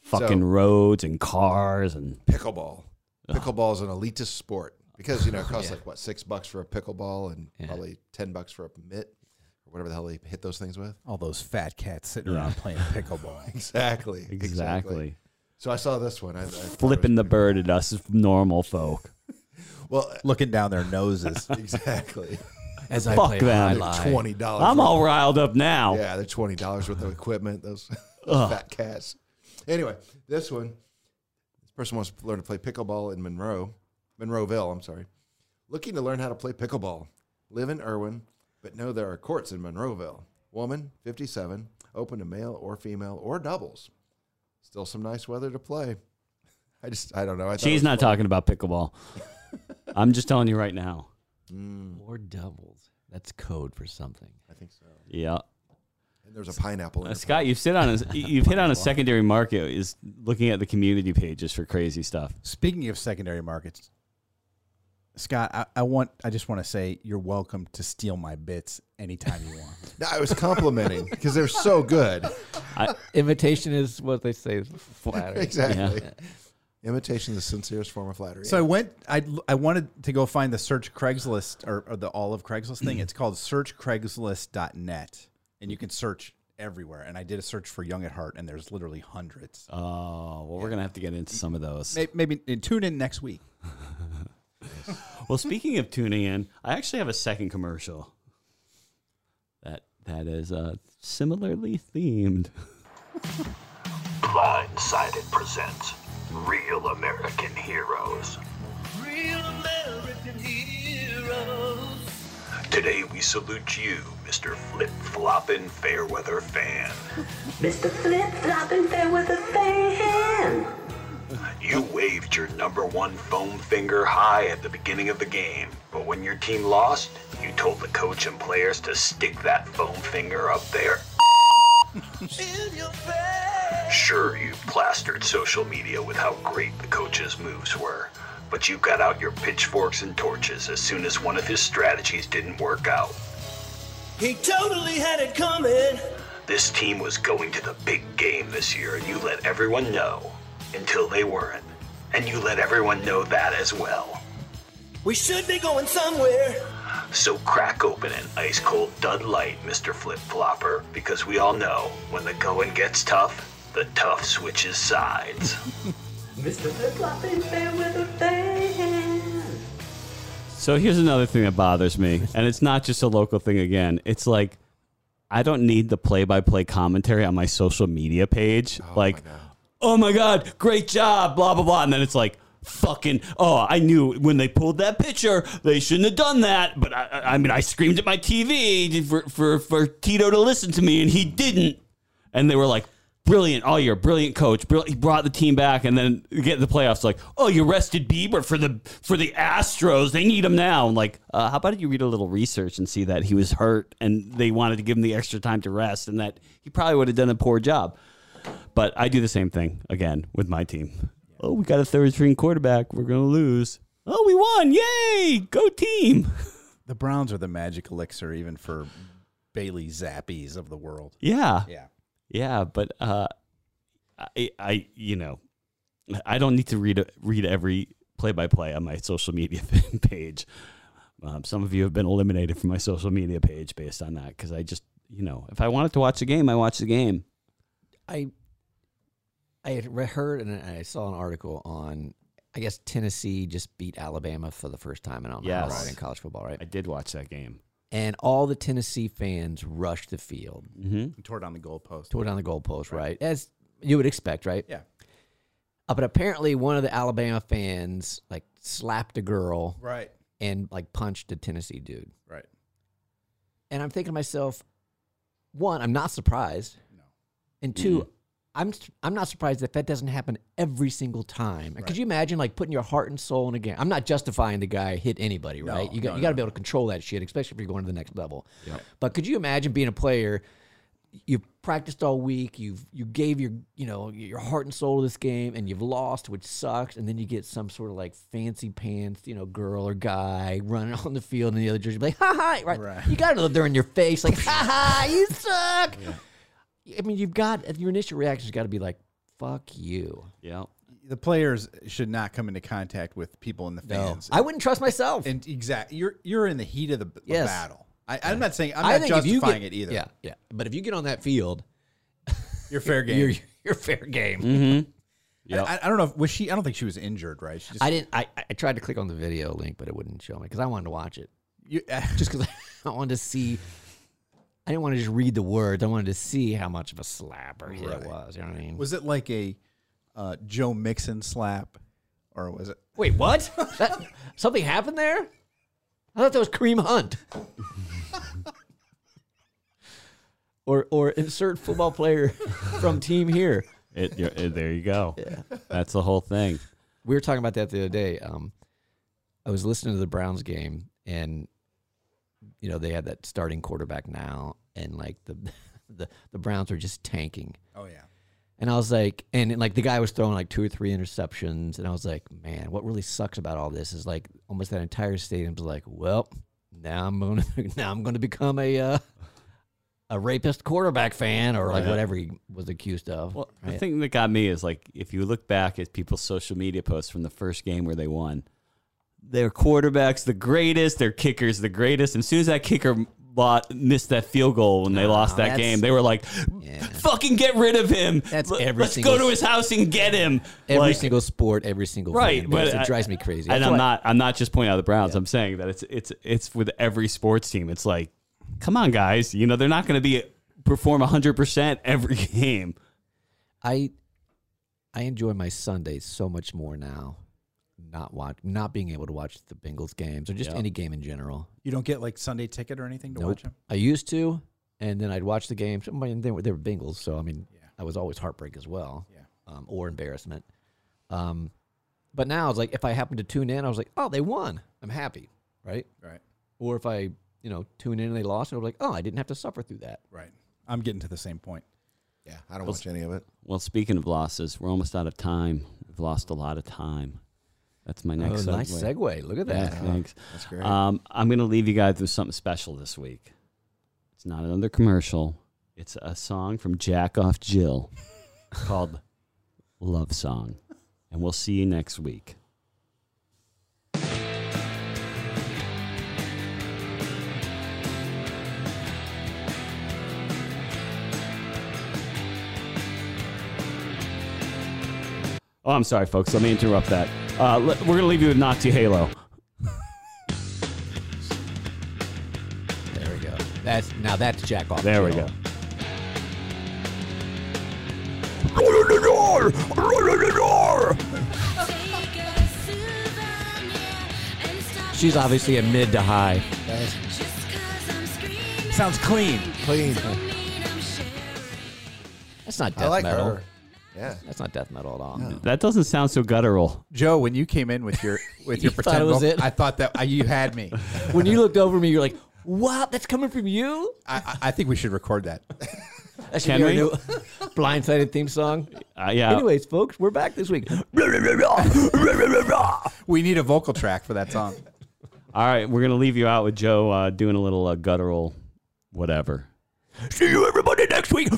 Speaker 1: fucking
Speaker 3: So-
Speaker 1: roads and cars and
Speaker 3: pickleball. Pickleball is an elitist sport
Speaker 1: [laughs]
Speaker 3: because you know it costs like what six bucks for a pickleball and probably ten bucks for a mitt or whatever the hell they hit those things with. [laughs]
Speaker 4: All those fat cats sitting around playing
Speaker 1: [laughs]
Speaker 4: pickleball.
Speaker 3: Exactly.
Speaker 1: exactly
Speaker 3: So I saw this one. I, I thought it was-
Speaker 1: flipping the bird at us normal folk.
Speaker 3: Well, [laughs]
Speaker 4: Looking down their noses. [laughs]
Speaker 3: exactly.
Speaker 2: As I
Speaker 1: Fuck
Speaker 2: play
Speaker 1: that.
Speaker 2: High
Speaker 1: They're
Speaker 2: Lie.
Speaker 3: Twenty dollars.
Speaker 1: I'm all riled up now.
Speaker 3: Yeah, they're twenty dollars worth of equipment. Those [laughs] fat cats. Anyway, this one. This person wants to learn to play pickleball in Monroe, Monroeville. I'm sorry. Looking to learn how to play pickleball. Live in Irwin, but know there are courts in Monroeville. Woman, 57, open to male or female or doubles. Still some nice weather to play. [laughs] I just, I don't know. I thought it
Speaker 1: She's
Speaker 3: was
Speaker 1: not
Speaker 3: fun.
Speaker 1: talking about
Speaker 3: [laughs]
Speaker 1: pickleball. I'm just telling you right now.
Speaker 2: Or doubles. That's code for something.
Speaker 3: I think so.
Speaker 1: Yeah,
Speaker 3: And there's a pineapple.
Speaker 1: Uh,
Speaker 3: In
Speaker 1: [laughs] Scott, you've sit on a, you've hit on a secondary market is looking at the community pages for crazy stuff.
Speaker 4: Speaking of secondary markets, Scott, I, I want I just want to say you're welcome to steal my bits anytime you want. [laughs]
Speaker 3: it. No, I was complimenting because they're
Speaker 1: [laughs]
Speaker 3: so good. [laughs]
Speaker 2: Imitation is what they
Speaker 1: [laughs]
Speaker 2: say. Flattery.
Speaker 3: Exactly. Imitation is the sincerest form of flattery.
Speaker 4: So I went. I I wanted to go find the search Craigslist or, or the all of Craigslist thing. It's called searchcraigslist.net, and you can search everywhere. And I did a search for Young at Heart, and there's literally hundreds.
Speaker 1: Oh well, we're gonna have to get into some of those.
Speaker 4: May- Maybe, and tune in next week.
Speaker 1: Well, speaking of tuning in, I actually have a second commercial that that is uh, similarly themed.
Speaker 5: Blindsided presents Real American Heroes. Real American Heroes. Today we salute you, Mr. Flip Floppin' Fairweather Fan.
Speaker 6: Mr. Flip flopping there with a fan.
Speaker 5: You waved your number one foam finger high at the beginning of the game, but when your team lost, you told the coach and players to stick that foam finger up there. Sure, you plastered social media with how great the coach's moves were, but you got out your pitchforks and torches as soon as one of his strategies didn't work out.
Speaker 8: He totally had it coming.
Speaker 5: This team was going to the big game this year, and you let everyone know until they weren't. And you let everyone know that as well.
Speaker 8: We should be going somewhere.
Speaker 5: So crack open an ice cold Dud Light, Mr. Flip Flopper, because we all know when the going gets tough, the tough switches sides.
Speaker 6: Mr. Flip flopping there with a fan.
Speaker 1: So here's another thing that bothers me, and it's not just a local thing again. It's like I don't need the play-by-play commentary on my social media page. like, oh my god, great job, blah blah blah, and then it's like. Fucking! Oh, I knew when they pulled that picture, they shouldn't have done that. But I, I- I mean, I screamed at my TV for, for for Tito to listen to me, and he didn't. And they were like, "Brilliant! Oh, you're a brilliant coach. Brill- he brought the team back, and then you get in the playoffs. Like, oh, you rested Bieber for the for the Astros. They need him now. And like, uh, how about you read a little research and see that he was hurt, and they wanted to give him the extra time to rest, and that he probably would have done a poor job. But I do the same thing again with my team. Oh, we got a third string quarterback. We're gonna lose. Oh, we won! Yay! Go team!
Speaker 4: The Browns are the magic elixir, even for Bailey Zappies of the world.
Speaker 1: Yeah.
Speaker 4: Yeah.
Speaker 1: Yeah, but uh, I, I, you know, I don't need to read read every play by play on my social media [laughs] page. Um, some of you have been eliminated from my social media page based on that because I just, you know, if I wanted to watch a game, I watch the game.
Speaker 2: I I had re- heard and I saw an article on I guess Tennessee just beat Alabama for the first time in, I don't know how
Speaker 1: Yes.
Speaker 2: long in college football, right?
Speaker 1: I did watch that game.
Speaker 2: And all the Tennessee fans rushed the field,
Speaker 4: And tore down the goalpost.
Speaker 2: tore down the goalpost, right? As you would expect, right?
Speaker 4: Yeah.
Speaker 2: Uh, but apparently, one of the Alabama fans like slapped a girl
Speaker 4: Right.
Speaker 2: and like punched a Tennessee dude.
Speaker 4: Right.
Speaker 2: And I'm thinking to myself, one, I'm not surprised. No. And 2 I'm I'm not surprised that that doesn't happen every single time. Could you imagine like putting your heart and soul in a game? I'm not justifying the guy hit anybody, right? You got you got to be able to control that shit, especially if you're going to the next level. But could you imagine being a player? You've practiced all week. You've you gave your you know your heart and soul to this game, and you've lost, which sucks. And then you get some sort of like fancy pants, you know, girl or guy running [laughs] on the field, and the other jersey be like, ha ha, right? You got it up there in your face,
Speaker 4: [laughs]
Speaker 2: like, ha ha, you suck. I mean, you've got your initial reaction's got to be like, fuck you.
Speaker 1: Yeah.
Speaker 4: The players should not come into contact with people in the fans.
Speaker 2: I wouldn't trust myself.
Speaker 4: and exactly, you're you're in the heat of the, the
Speaker 2: Yes.
Speaker 4: battle. I, I'm not saying I'm
Speaker 2: I
Speaker 4: not
Speaker 2: think if you
Speaker 4: justifying
Speaker 2: get-
Speaker 4: it either.
Speaker 2: Yeah, yeah. But if you get on that field,
Speaker 4: you're fair game. Mm-hmm.
Speaker 2: you're [laughs] you're fair game.
Speaker 1: Yep.
Speaker 4: I, I don't know. If, was she? I don't think she was injured, right? She just,
Speaker 2: I didn't. I, I tried to click on the video link, but it wouldn't show me because I wanted to watch it.
Speaker 4: you, [laughs]
Speaker 2: [laughs] Just because I wanted to see. I didn't want to just read the words. I wanted to see how much of a slap or hit it was. You know what I mean?
Speaker 4: was it like a uh, Joe Mixon slap, or was it?
Speaker 2: Wait, what? That- something happened there? I thought that was Kareem Hunt. [laughs] or or insert football player [laughs] from team here.
Speaker 1: It, you're- it- there you go. That's the whole thing.
Speaker 2: we were talking about that the other day. Um, I was listening to the Browns game, and you know they had that starting quarterback now, and like the [laughs] the the Browns are just tanking.
Speaker 4: Oh yeah.
Speaker 2: And I was like, and like the guy was throwing like two or three interceptions, and I was like, man, what really sucks about all this is like almost that entire stadium's like, well, now I'm gonna [laughs] now I'm gonna become a uh, a rapist quarterback fan or like whatever he was accused of.
Speaker 1: Well, the
Speaker 2: right?
Speaker 1: thing that got me is like if you look back at people's social media posts from the first game where they won, their quarterback's the greatest, their kicker's the greatest. And as soon as that kicker bought, missed that field goal when they lost that
Speaker 2: that's-
Speaker 1: game, they were like, [laughs] "Fucking get rid of him!
Speaker 2: That's
Speaker 1: Let-
Speaker 2: every
Speaker 1: Let's
Speaker 2: single-
Speaker 1: go to his house and get him!"
Speaker 2: every
Speaker 1: Like,
Speaker 2: single sport, every single
Speaker 1: right,
Speaker 2: fan
Speaker 1: but
Speaker 2: base,
Speaker 1: I-
Speaker 2: it drives me crazy.
Speaker 1: and
Speaker 2: That's
Speaker 1: I'm
Speaker 2: why-
Speaker 1: not I'm not just pointing out the Browns. I'm saying that it's it's it's with every sports team. It's like, come on, guys, you know they're not going to be perform 100 percent every [laughs] game.
Speaker 2: I I enjoy my Sundays so much more now. Not watch, not being able to watch the Bengals games or just
Speaker 1: Yeah.
Speaker 2: any game in general.
Speaker 4: You don't get like Sunday ticket or anything to watch him.
Speaker 2: I used to, and then I'd watch the games. I mean, they were, they were Bengals, so I mean, I was always heartbreak as well, yeah, um, or embarrassment. Um, but now it's like if I happen to tune in, I was like, oh, they won, I'm happy, right?
Speaker 4: Right.
Speaker 2: Or if I, you know, tune in and they lost, I was like, oh, I didn't have to suffer through that.
Speaker 4: Right. I'm getting to the same point.
Speaker 3: Yeah, I don't watch any of it.
Speaker 1: Well, speaking of losses, we're almost out of time. We've lost a lot of time. That's my next
Speaker 2: oh, nice segue. Look at
Speaker 1: Yeah,
Speaker 2: that.
Speaker 1: thanks.
Speaker 3: That's great.
Speaker 1: Um, I'm going to leave you guys with something special this week. It's not another commercial. It's a song from Jack Off Jill [laughs] called "Love Song," and we'll see you next week. Oh, I'm sorry, folks. Let me interrupt that. Uh, le- we're going to leave you with Nazi Halo.
Speaker 2: There we go. That's now that's Jack off.
Speaker 1: There we go.
Speaker 2: She's obviously a mid to high.
Speaker 4: Sounds clean.
Speaker 3: Clean.
Speaker 2: That's not death
Speaker 3: I like
Speaker 2: metal.
Speaker 3: her. Yeah.
Speaker 2: That's not death metal at all.
Speaker 1: That doesn't sound so guttural.
Speaker 4: Joe, when you came in with your with
Speaker 2: [laughs]
Speaker 4: your
Speaker 2: You thought it
Speaker 4: pretend,
Speaker 2: was
Speaker 4: vocal-
Speaker 2: it?
Speaker 4: I thought that I, you had me. [laughs]
Speaker 2: When you looked over me, you're like, "Wow, that's coming from you."
Speaker 4: I, I, I think we should record that.
Speaker 2: That should
Speaker 1: Can
Speaker 2: be our
Speaker 1: we?
Speaker 2: new [laughs] blindsided theme song.
Speaker 1: Uh, yeah.
Speaker 2: Anyways, folks, we're back this [laughs] week.
Speaker 4: We need a vocal track for that song.
Speaker 1: All right, we're gonna leave you out with Joe uh, doing a little uh, guttural, whatever.
Speaker 2: See you everybody next week.